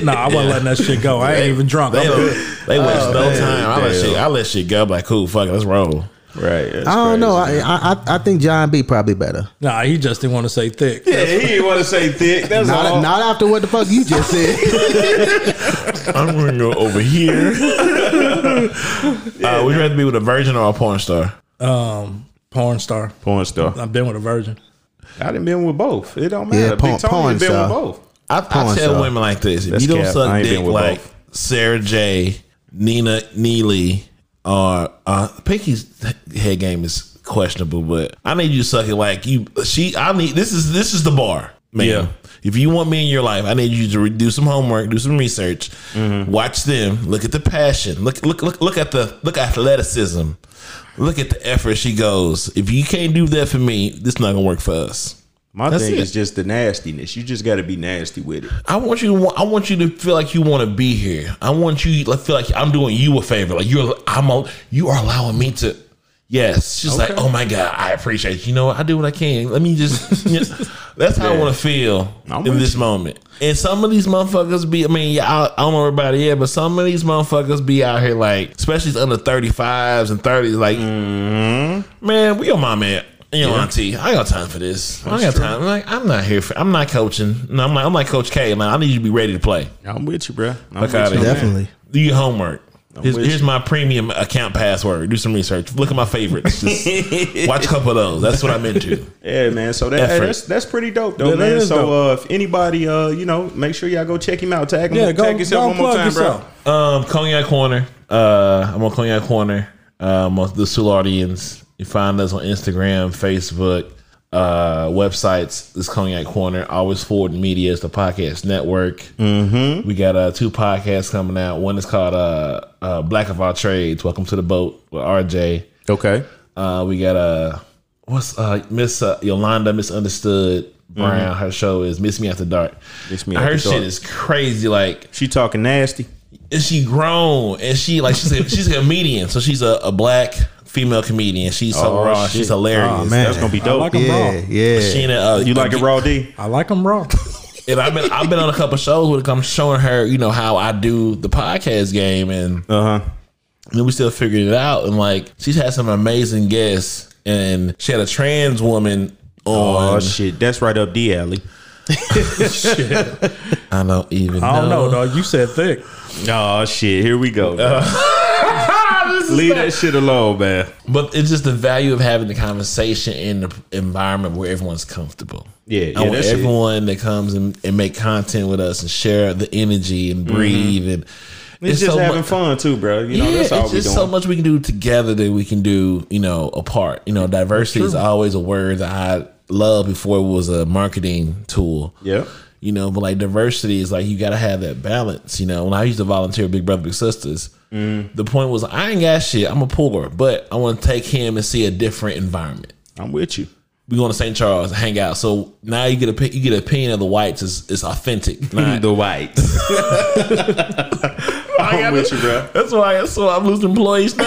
Nah, I wasn't letting that shit go. I ain't even drunk. They, I'm don't, good. they waste no man. time. I let Damn. shit. I let shit go. I'm like, cool, fuck it, let's roll. Right. that's I don't know. crazy. I, I I- I think John B probably better. Nah, he just didn't want to say thick. yeah, he didn't want to say thick. That's Not, all. not after what the fuck you just said. I'm gonna go over here. uh, would you rather be with a virgin or a porn star? Um, porn star. Porn star. I've been with a virgin. I done been with both. It don't matter. Yeah, Big porn- Tony porn done been star. with both. I, I Porn tell star. women like this: if That's you don't cap. I suck ain't been dick with like both. Sarah J, Nina Neely, or uh, Pinky's head game is questionable, but I need you to suck it like you. She, I need this is this is the bar, man. Yeah. If you want me in your life, I need you to re- do some homework, do some research, Mm-hmm. watch them, look at the passion, look look look look at the look at athleticism, look at the effort she goes. If you can't do that for me, this not gonna work for us. My That's thing it. is just the nastiness. You just got to be nasty with it. I want you to. wa- I want you to feel like you want to be here. I want you to feel like I'm doing you a favor. Like you're. I'm. A, you are allowing me to. Yes. She's like, oh my god, I appreciate you. You know, what? I do what I can. Let me just. you know, that's how I want to feel I'm in with this moment. And some of these motherfuckers be. I mean, yeah, I, I don't know everybody yeah, but some of these motherfuckers be out here like, especially under 35s and 30s. Like, man, we your mom at you know, auntie. I ain't got time for this. I ain't got time. I'm like, I'm not here for. I'm not coaching. No, I'm like, I'm like Coach K. Like, I need you to be ready to play. I'm with you, bro. I'm Fuck outta with you. here. Definitely. Do your homework. Here's, with here's my premium account password. Do some research. Look at my favorites. Just watch a couple of those. That's what I'm into. Yeah, man. So that, hey, Effort. that's that's pretty dope, Yeah, though, that man. is So dope. uh, if anybody, uh, you know, make sure y'all go check him out. Tag him. Yeah, go, tag yourself go one more unplug time, yourself. bro. Um, Cognac Corner. Uh, I'm on Cognac Corner. Um, on the Sulardians. You find us on Instagram, Facebook, uh, websites. This Cognac Corner. Always Forward Media is the podcast network. Mm-hmm. We got uh, two podcasts coming out. One is called uh, uh, Black of Our Trades. Welcome to the boat with RJ. Okay. Uh, we got uh, what's uh, Miss uh, Yolanda Misunderstood Brown. Her show is Miss Me After Dark. Mm-hmm. Miss Me her After shit Dark. is crazy. Like She talking nasty. and she grown and she like she's a, she's a comedian, so she's a, a black female comedian. She's so Oh, raw, shit. she's hilarious. Oh, man. That's gonna be I dope. like him Yeah, raw. yeah. She in a, uh, you like it raw, D? Oh, I like him raw. And I've been I've been on a couple shows when it comes to showing her, you know, how I do the podcast game, and Uh huh. then we still figuring it out. And like she's had some amazing guests, and she had a trans woman on. Oh shit, that's right up D alley. I don't even. I don't know. know, dog. You said thick. Oh shit, here we go. bro. Leave that shit alone, man. But it's just the value of having the conversation in the environment where everyone's comfortable. Yeah, yeah, I want that's it. everyone that comes and, and make content with us and share the energy and breathe and Mm-hmm. It's, just so having mu- fun too, bro. You know, yeah, that's all it's we just doing. so much we can do together that we can do, you know, apart. You know, diversity is always a word that I love before it was a marketing tool. Yeah. You know, but like diversity is like you gotta have that balance. You know, when I used to volunteer at Big Brother Big Sisters, Mm. the point was I ain't got shit. I'm a poor, but I want to take him and see a different environment. I'm with you. We going to St. Charles and hang out. So now you get a pi- you get an opinion of the whites is is authentic. not- The whites. I'm with you, bro. That's why that's why I'm losing employees now.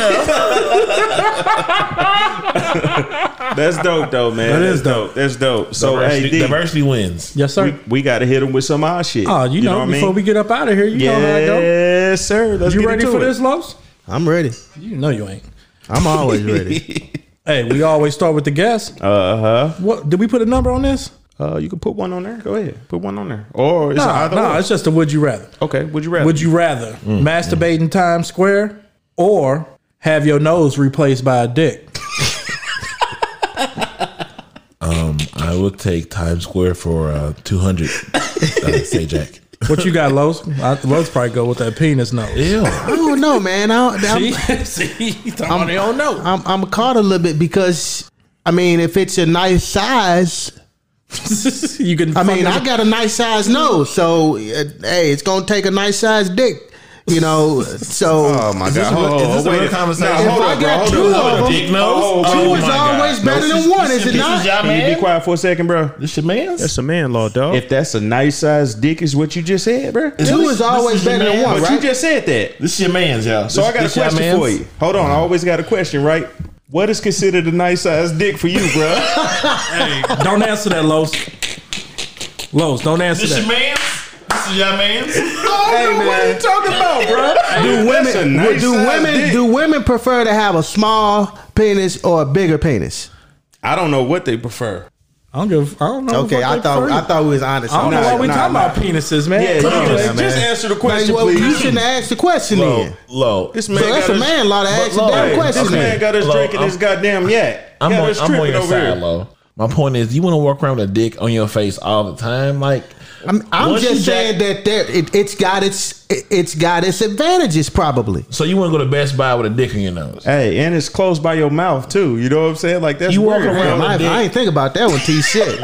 That's dope, though, man. That is That's That's dope. So, diversity, hey, D, diversity wins. Yes, sir. we got to hit him with some of our shit. Oh, Ah, you, know, what I before mean? we get up out of here, you know how I go. Yes, sir. Let's You get ready into for it. this, Los? I'm ready. You know you ain't. I'm always ready. Hey, we always start with the guest. Uh huh. What did we put a number on this? Uh, you can put one on there. Go ahead, put one on there. Or it's Nah, either nah. or. It's just a would you rather. okay. Would you rather? Would you rather masturbate in Times Square or have your nose replaced by a dick? I would take Times Square for uh, two hundred. uh, say Jack. What you got, Los? I, Los probably go with that penis nose. Ew. I don't know, man. I don't, I'm, See, see, he talking about he don't know. I'm I'm caught a little bit because I mean, if it's a nice size, you can. I mean, fucking- I got a nice size nose, so uh, hey, it's gonna take a nice size dick, you know. So Oh my Is this god! a- Hold is on, this a wait real conversation? Nah, if hold I on, bro. got Hold two on. of them, Dick nose? Oh, two oh is my God. always better than one, is it not? This Can you be man. quiet for a second, bro? This your man. That's a man law, dog. If that's a nice size dick, is what you just said, bro. Two is always is your better than man, one, But you right? just said that. This your man's, y'all. So I got a question for you. Hold on, I always got a question, right? What is considered a nice size dick for you, bro? don't answer that, Los. Los, don't answer This your that. man's. This is your man's. hey, man. What are you talking about, bro? Do women? Well, do women do women prefer to have a small penis or a bigger penis? I don't know what they prefer. I don't give. I don't know. Okay, I thought I thought we was honest. I don't on know that. why we nah, talking nah. about penises, man. Yeah, Come on, just, man. just answer the question, Well, please. you shouldn't ask the question Low, then. low. This So that's a us- man law to ask the Low, damn Hey, question. This man then. got us Look, drinking I'm- this goddamn yak. I'm got on, us I'm on tripping your over side, here. low. My point is, you want to walk around with a dick on your face all the time, like I'm, I'm Once you just jack- saying that there, it, it's got its it, it's got its advantages probably. so. You want to go to Best Buy with a dick on your nose? Hey, and it's close by your mouth too. You know what I'm saying? Like that's You walk weird. around- Damn, I, I ain't think about that one. T shit.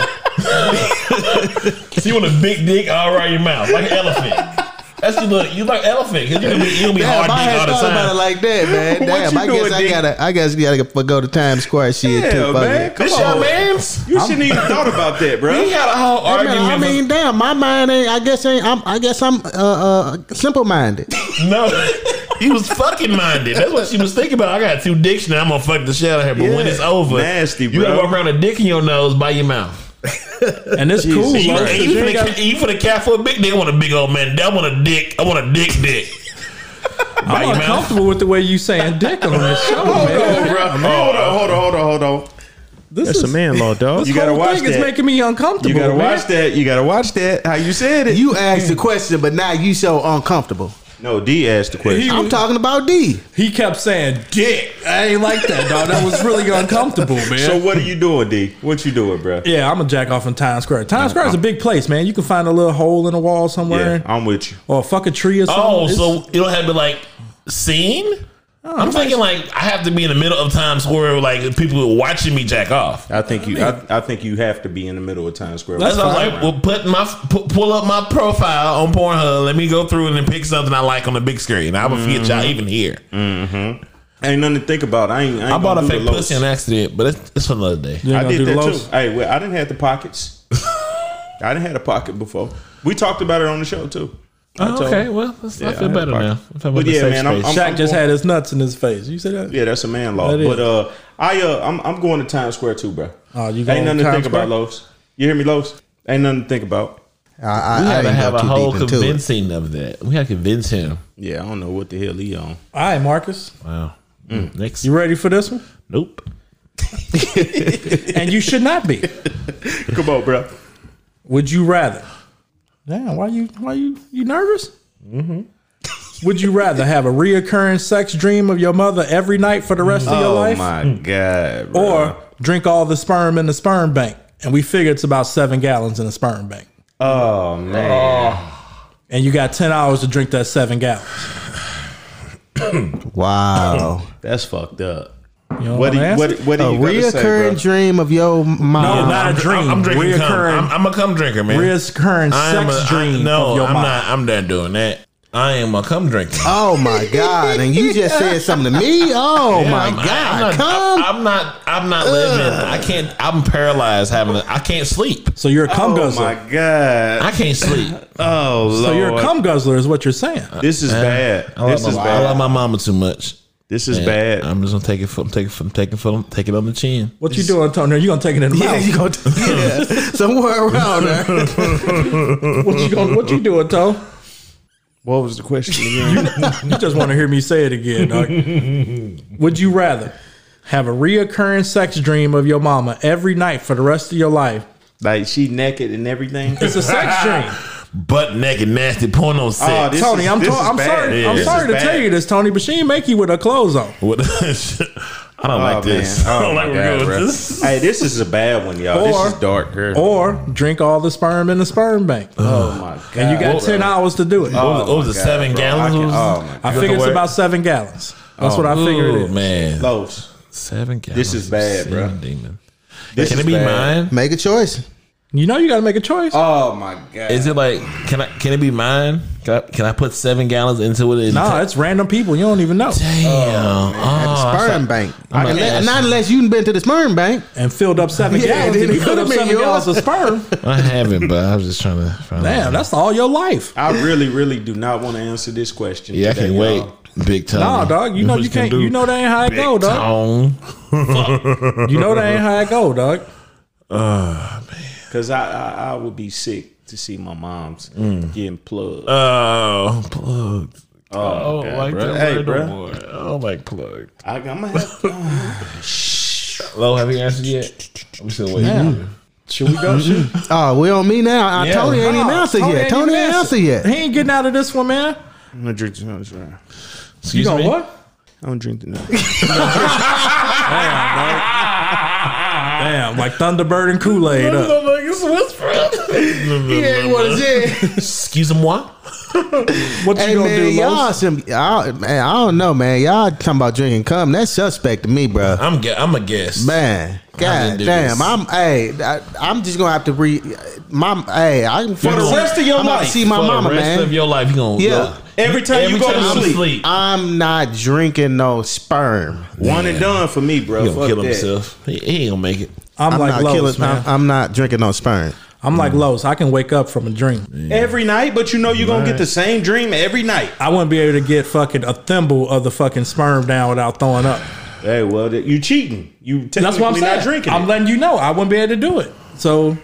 So you want a big dick all around your mouth, like an elephant. That's your look. You like elephant. 'cause You gonna be, you gonna be Damn, hard if I dick had all the thought about it time. like that, man. What Damn, you I doing, guess I Dick? gotta I guess gotta go to Times Square shit Yeah, too. fuck man. it. Come This your on. man's. You shouldn't even thought about that, bro. We got a whole Hey, man, argument. I mean, damn, my mind ain't. I guess ain't. I'm, I guess I'm uh, uh, simple minded. No, he was fucking minded. That's what she was thinking about. I got two dicks now. I'm gonna fuck the shit out of her. But when Yeah. it's over, Nasty, You gotta bro. walk around with a dick in your nose by your mouth. And it's cool, You, Los. and you, for the, you for the cat for a big dick. I want a big old man. I want a dick. I want a dick dick. by I'm your mouth. uncomfortable with the way you saying dick on this show, Oh, man. Hold on, hold on, hold on, hold on. This That's a is- man law, dog. You gotta whole watch thing is that. making me uncomfortable. You gotta man. watch that. You gotta watch that. How you said it? You asked the question, but now you so uncomfortable. no, D asked the question. I'm talking about D. He kept saying dick. I ain't like that, dog. That was really uncomfortable, man. so what are you doing, D? What you doing, bro? yeah, I'm a jack off in Times Square. Times Square is a big place, man. You can find a little hole in a wall somewhere, Uh-huh. Yeah, I'm with you. or fuck a tree or something. Oh, It's- so it don't have to be like seen. I'm thinking like I have to be in the middle of Times Square, where, like people are watching me jack off. I think you. I, I think you have to be in the middle of Times Square. That's all right. Well, put my pu- pull up my profile on Pornhub. Let me go through and then pick something I like on the big screen. I would forget y'all even here. Mm-hmm. Ain't nothing to think about. I ain't. I, ain't I bought gonna a do the fake lows. pussy on accident, but it's, it's for another day. You ain't I gonna did do the that lows? too. Hey, well, I didn't have the pockets. I didn't have a pocket before. We talked about it on the show too. I told Oh, okay, him. well, that's, I I feel had better a now. pocket. I'm talking But about the yeah, safe man, space. I'm- Shaq just had his nuts in his face. You said that? Yeah, that's a man law. That is. But uh, I uh, I'm I'm going to Times Square too, bro. Oh, you going ain't nothing to to Times think Square? about, Lowe's. You hear me, Lowe's? Ain't nothing to think about. I, I, we I had to didn't go have a too whole deep into it. convincing of that. We had to convince him. Yeah, I don't know what the hell he on. All right, Marcus. Wow. Next, You ready for this one? nope. And you should not be. Come on, bro. Would you rather? Damn, why you why you you nervous? Mm-hmm. Would you rather have a reoccurring sex dream of your mother every night for the rest of your oh life, Hmm. my god. Bro. or drink all the sperm in the sperm bank? And we figure it's about seven gallons in the sperm bank, oh man. and you got ten hours to drink that seven gallons. Wow, That's fucked up. You know what, What do I'm you, what, asking? what a do you gotta say, bro? reoccurring dream of your No, mom. not a dream. I'm, I'm drinking cum. Reoccurring- I'm, I'm a cum drinker, man. reoccurring I am sex a- I- dream no, of your I'm mom. not. I'm not doing that. I am a cum drinker. Oh my god! And you just said something to me. Oh my I'm- I- I'm god! not- Come. I'm not. I'm not living. I can't. I'm paralyzed. Having. A, I can't sleep. So you're a cum Oh guzzler. my god. I can't sleep. Oh lord. So you're a cum guzzler, is what you're saying. This is bad. I love, This my, is I bad. love my mama too much. This is And bad. I'm just gonna take it. For, I'm taking. I'm taking. For, take it on the chin. What you doing, Tony? You gonna take it in the Yeah, mouth? you gonna yeah, somewhere around there. What you gonna? What you doing, Tony? What was the question again? You just want to hear me say it again. Dog. Would you rather have a reoccurring sex dream of your mama every night for the rest of your life? like she naked and everything. It's a sex dream, Butt naked, nasty porno Oh, sex. this Tony. is- I'm, this to- is I'm bad. sorry. Yeah, I'm this sorry is to bad. tell you this, Tony, but she ain't make you with her clothes on. What- I don't like this. man. I don't Oh, like my where God, we're going with bro. this. Hey, this is a bad one, y'all. Or- this is dark, girl. Oh Or drink all the sperm in the sperm bank, oh my Oh god. and you got ten hours to do it. Uh, What was, what was it? Seven gallons. What was oh it? my I figured it's about seven gallons. That's what I figured. Ooh, It is. man. Close. Seven gallons. This is bad, Seven bro. Demon. can it be mine? Make a choice. You know you got to make a choice. Oh my god. Is it like can I can it be mine? Can I, can I put seven gallons into it? and nah, it's random people. You don't even know. damn. uh, Oh, I sperm thought- bank. I'm Unle- like- not unless you've been to the sperm bank. And filled up seven Yeah, gallons. then and it you filled could've up been seven gallons of yours. sperm. I haven't, but I was just trying to find Damn, out. that's all your life. I really, really do not want to answer this question. Yeah, I today, can y'all. wait. Big time. Nah, dog. You know you can't. You know that ain't how it go, dog. Tone. You know that ain't how it go, dog. Cause I, I I would be sick to see my mom's Mm. getting plugged. Oh, plugged. Oh, I don't like bruh. that Hey, word bruh. no more. Oh, I don't like plugged. I, I'm gonna have Low, have you answered yet? I'm still waiting. Should we go? Shoot? Oh, we on me now. Uh, Tony ain't even Nah, answered yet. ain't Tony even ain't answered yet. He ain't getting out of this one, man. I'm gonna drink tonight. Right. Excuse You know me? what? I don't drink tonight. Damn, like Thunderbird and Kool Aid. up. Excuse moi. What you Hey gonna man, do, y'all Los? some y'all, man, I don't know, man. Y'all talking about drinking cum? That's suspect to me, bro. I'm gu- I'm a guest. Man, god didn't do damn, this. I'm hey, I, I'm just gonna have to re my hey, I'm for the rest of your I'm about life. to see my For mama, the rest man. of your life, you gonna Yeah. Every time you go to I'm sleep, I'm not drinking no sperm. one and done for me, bro. he gonna Fuck kill that. himself. He, he ain't gonna make it. I'm, I'm like not Los, killing. man. I'm, I'm not drinking no sperm. I'm like Los. I can wake up from a dream. every night, but you know you're gonna get the same dream every night. I wouldn't be able to get fucking a thimble of the fucking sperm down without throwing up. Hey, well, th- you cheating. You technically That's what I'm saying. not drinking. I'm it. letting you know I wouldn't be able to do it. So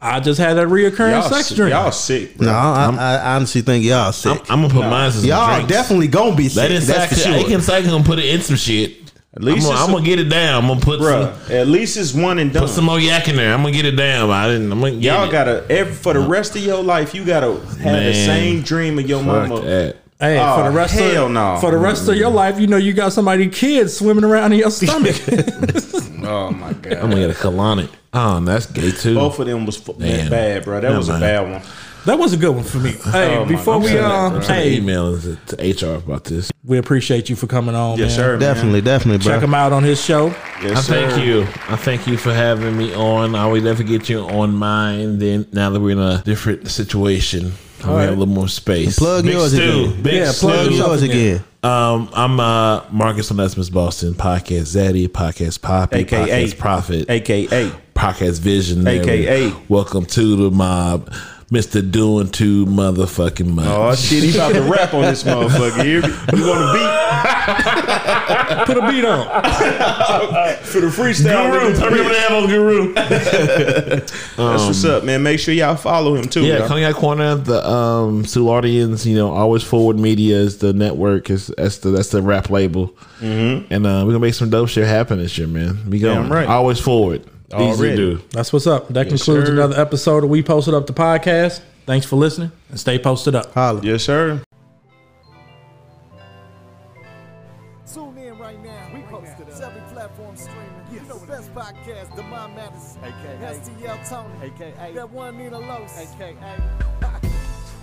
I just had that reoccurring y'all, sex sick- dream. y'all sick. Bro. No, I, I, I honestly think y'all sick. I'm, I'm gonna put mine in some y'all drinks. definitely gonna be sick. Let it That's sack. for sure. They can sack and put it in some shit. At least I'm gonna, it's I'm gonna get it down. I'm gonna put Bruh, some at least it's one and done. put some more yak in there. I'm gonna get it down. I didn't. I'm gonna get Y'all it. gotta every, for the rest of your life. You gotta have the Man. same dream of your Fuck mama. that. Hey, Oh, for the rest hell of no. for the rest of your life, you know you got somebody kids swimming around in your stomach. Oh my god. I'm gonna get a colonic. Oh, that's gay too. Both of them was fu- man, Damn. bad, bro. That Never was a mind. bad one. that was a good one for me. Hey, Oh, my before God. we um, I'm sending hey, emails to HR about this. we appreciate you for coming on. man. Yes, sir. Definitely, definitely, bro. Check him out on his show. Man. I Yes, sir. thank you. I thank you for having me on. I will never get you on mine. Then now that we're in a different situation, we have a little more space. Plug Big yours Stu, again. Big Yeah, plug Plug Stu. yours again. Um, I'm uh, Marcus Onesimus Boston podcast Zaddy podcast Poppy AKA. podcast Prophet AKA podcast Vision AKA. Welcome to the mob, Mister Doing Too Motherfucking Much. Oh shit, he about to rap on this motherfucker. You hear me? You want a Put a beat on. beat for the freestyle? nigga? that on Guru. That's what's up, man. Make sure y'all follow him too. Yeah, y'all. Cognac Corner, the um Sulardians, you know, always forward media is the network is that's the that's the rap label. Mm-hmm. And uh, we're gonna make some dope shit happen this year, man. We go Damn right. always forward. Easy Already. to do. That's what's up. That concludes sir. another episode of We Posted Up the Podcast. Thanks for listening and stay posted up. Holla. yes, sir. Tune in right now. We posted up. Seven platform streaming. You know the best podcast, The Mind Matters. AKA. STL Tony. AKA. That one Nina Los. AKA.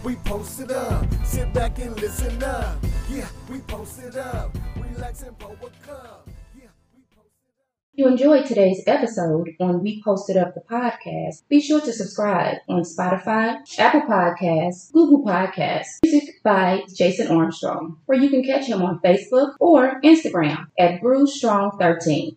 We posted up. Sit back and listen up. Yeah, we posted up. Relax and pour a cup. Yeah, we posted up. If you enjoyed today's episode on We Posted Up the Podcast, be sure to subscribe on Spotify, Apple Podcasts, Google Podcasts, music by Jason Armstrong, where you can catch him on Facebook or Instagram at BrewStrong13.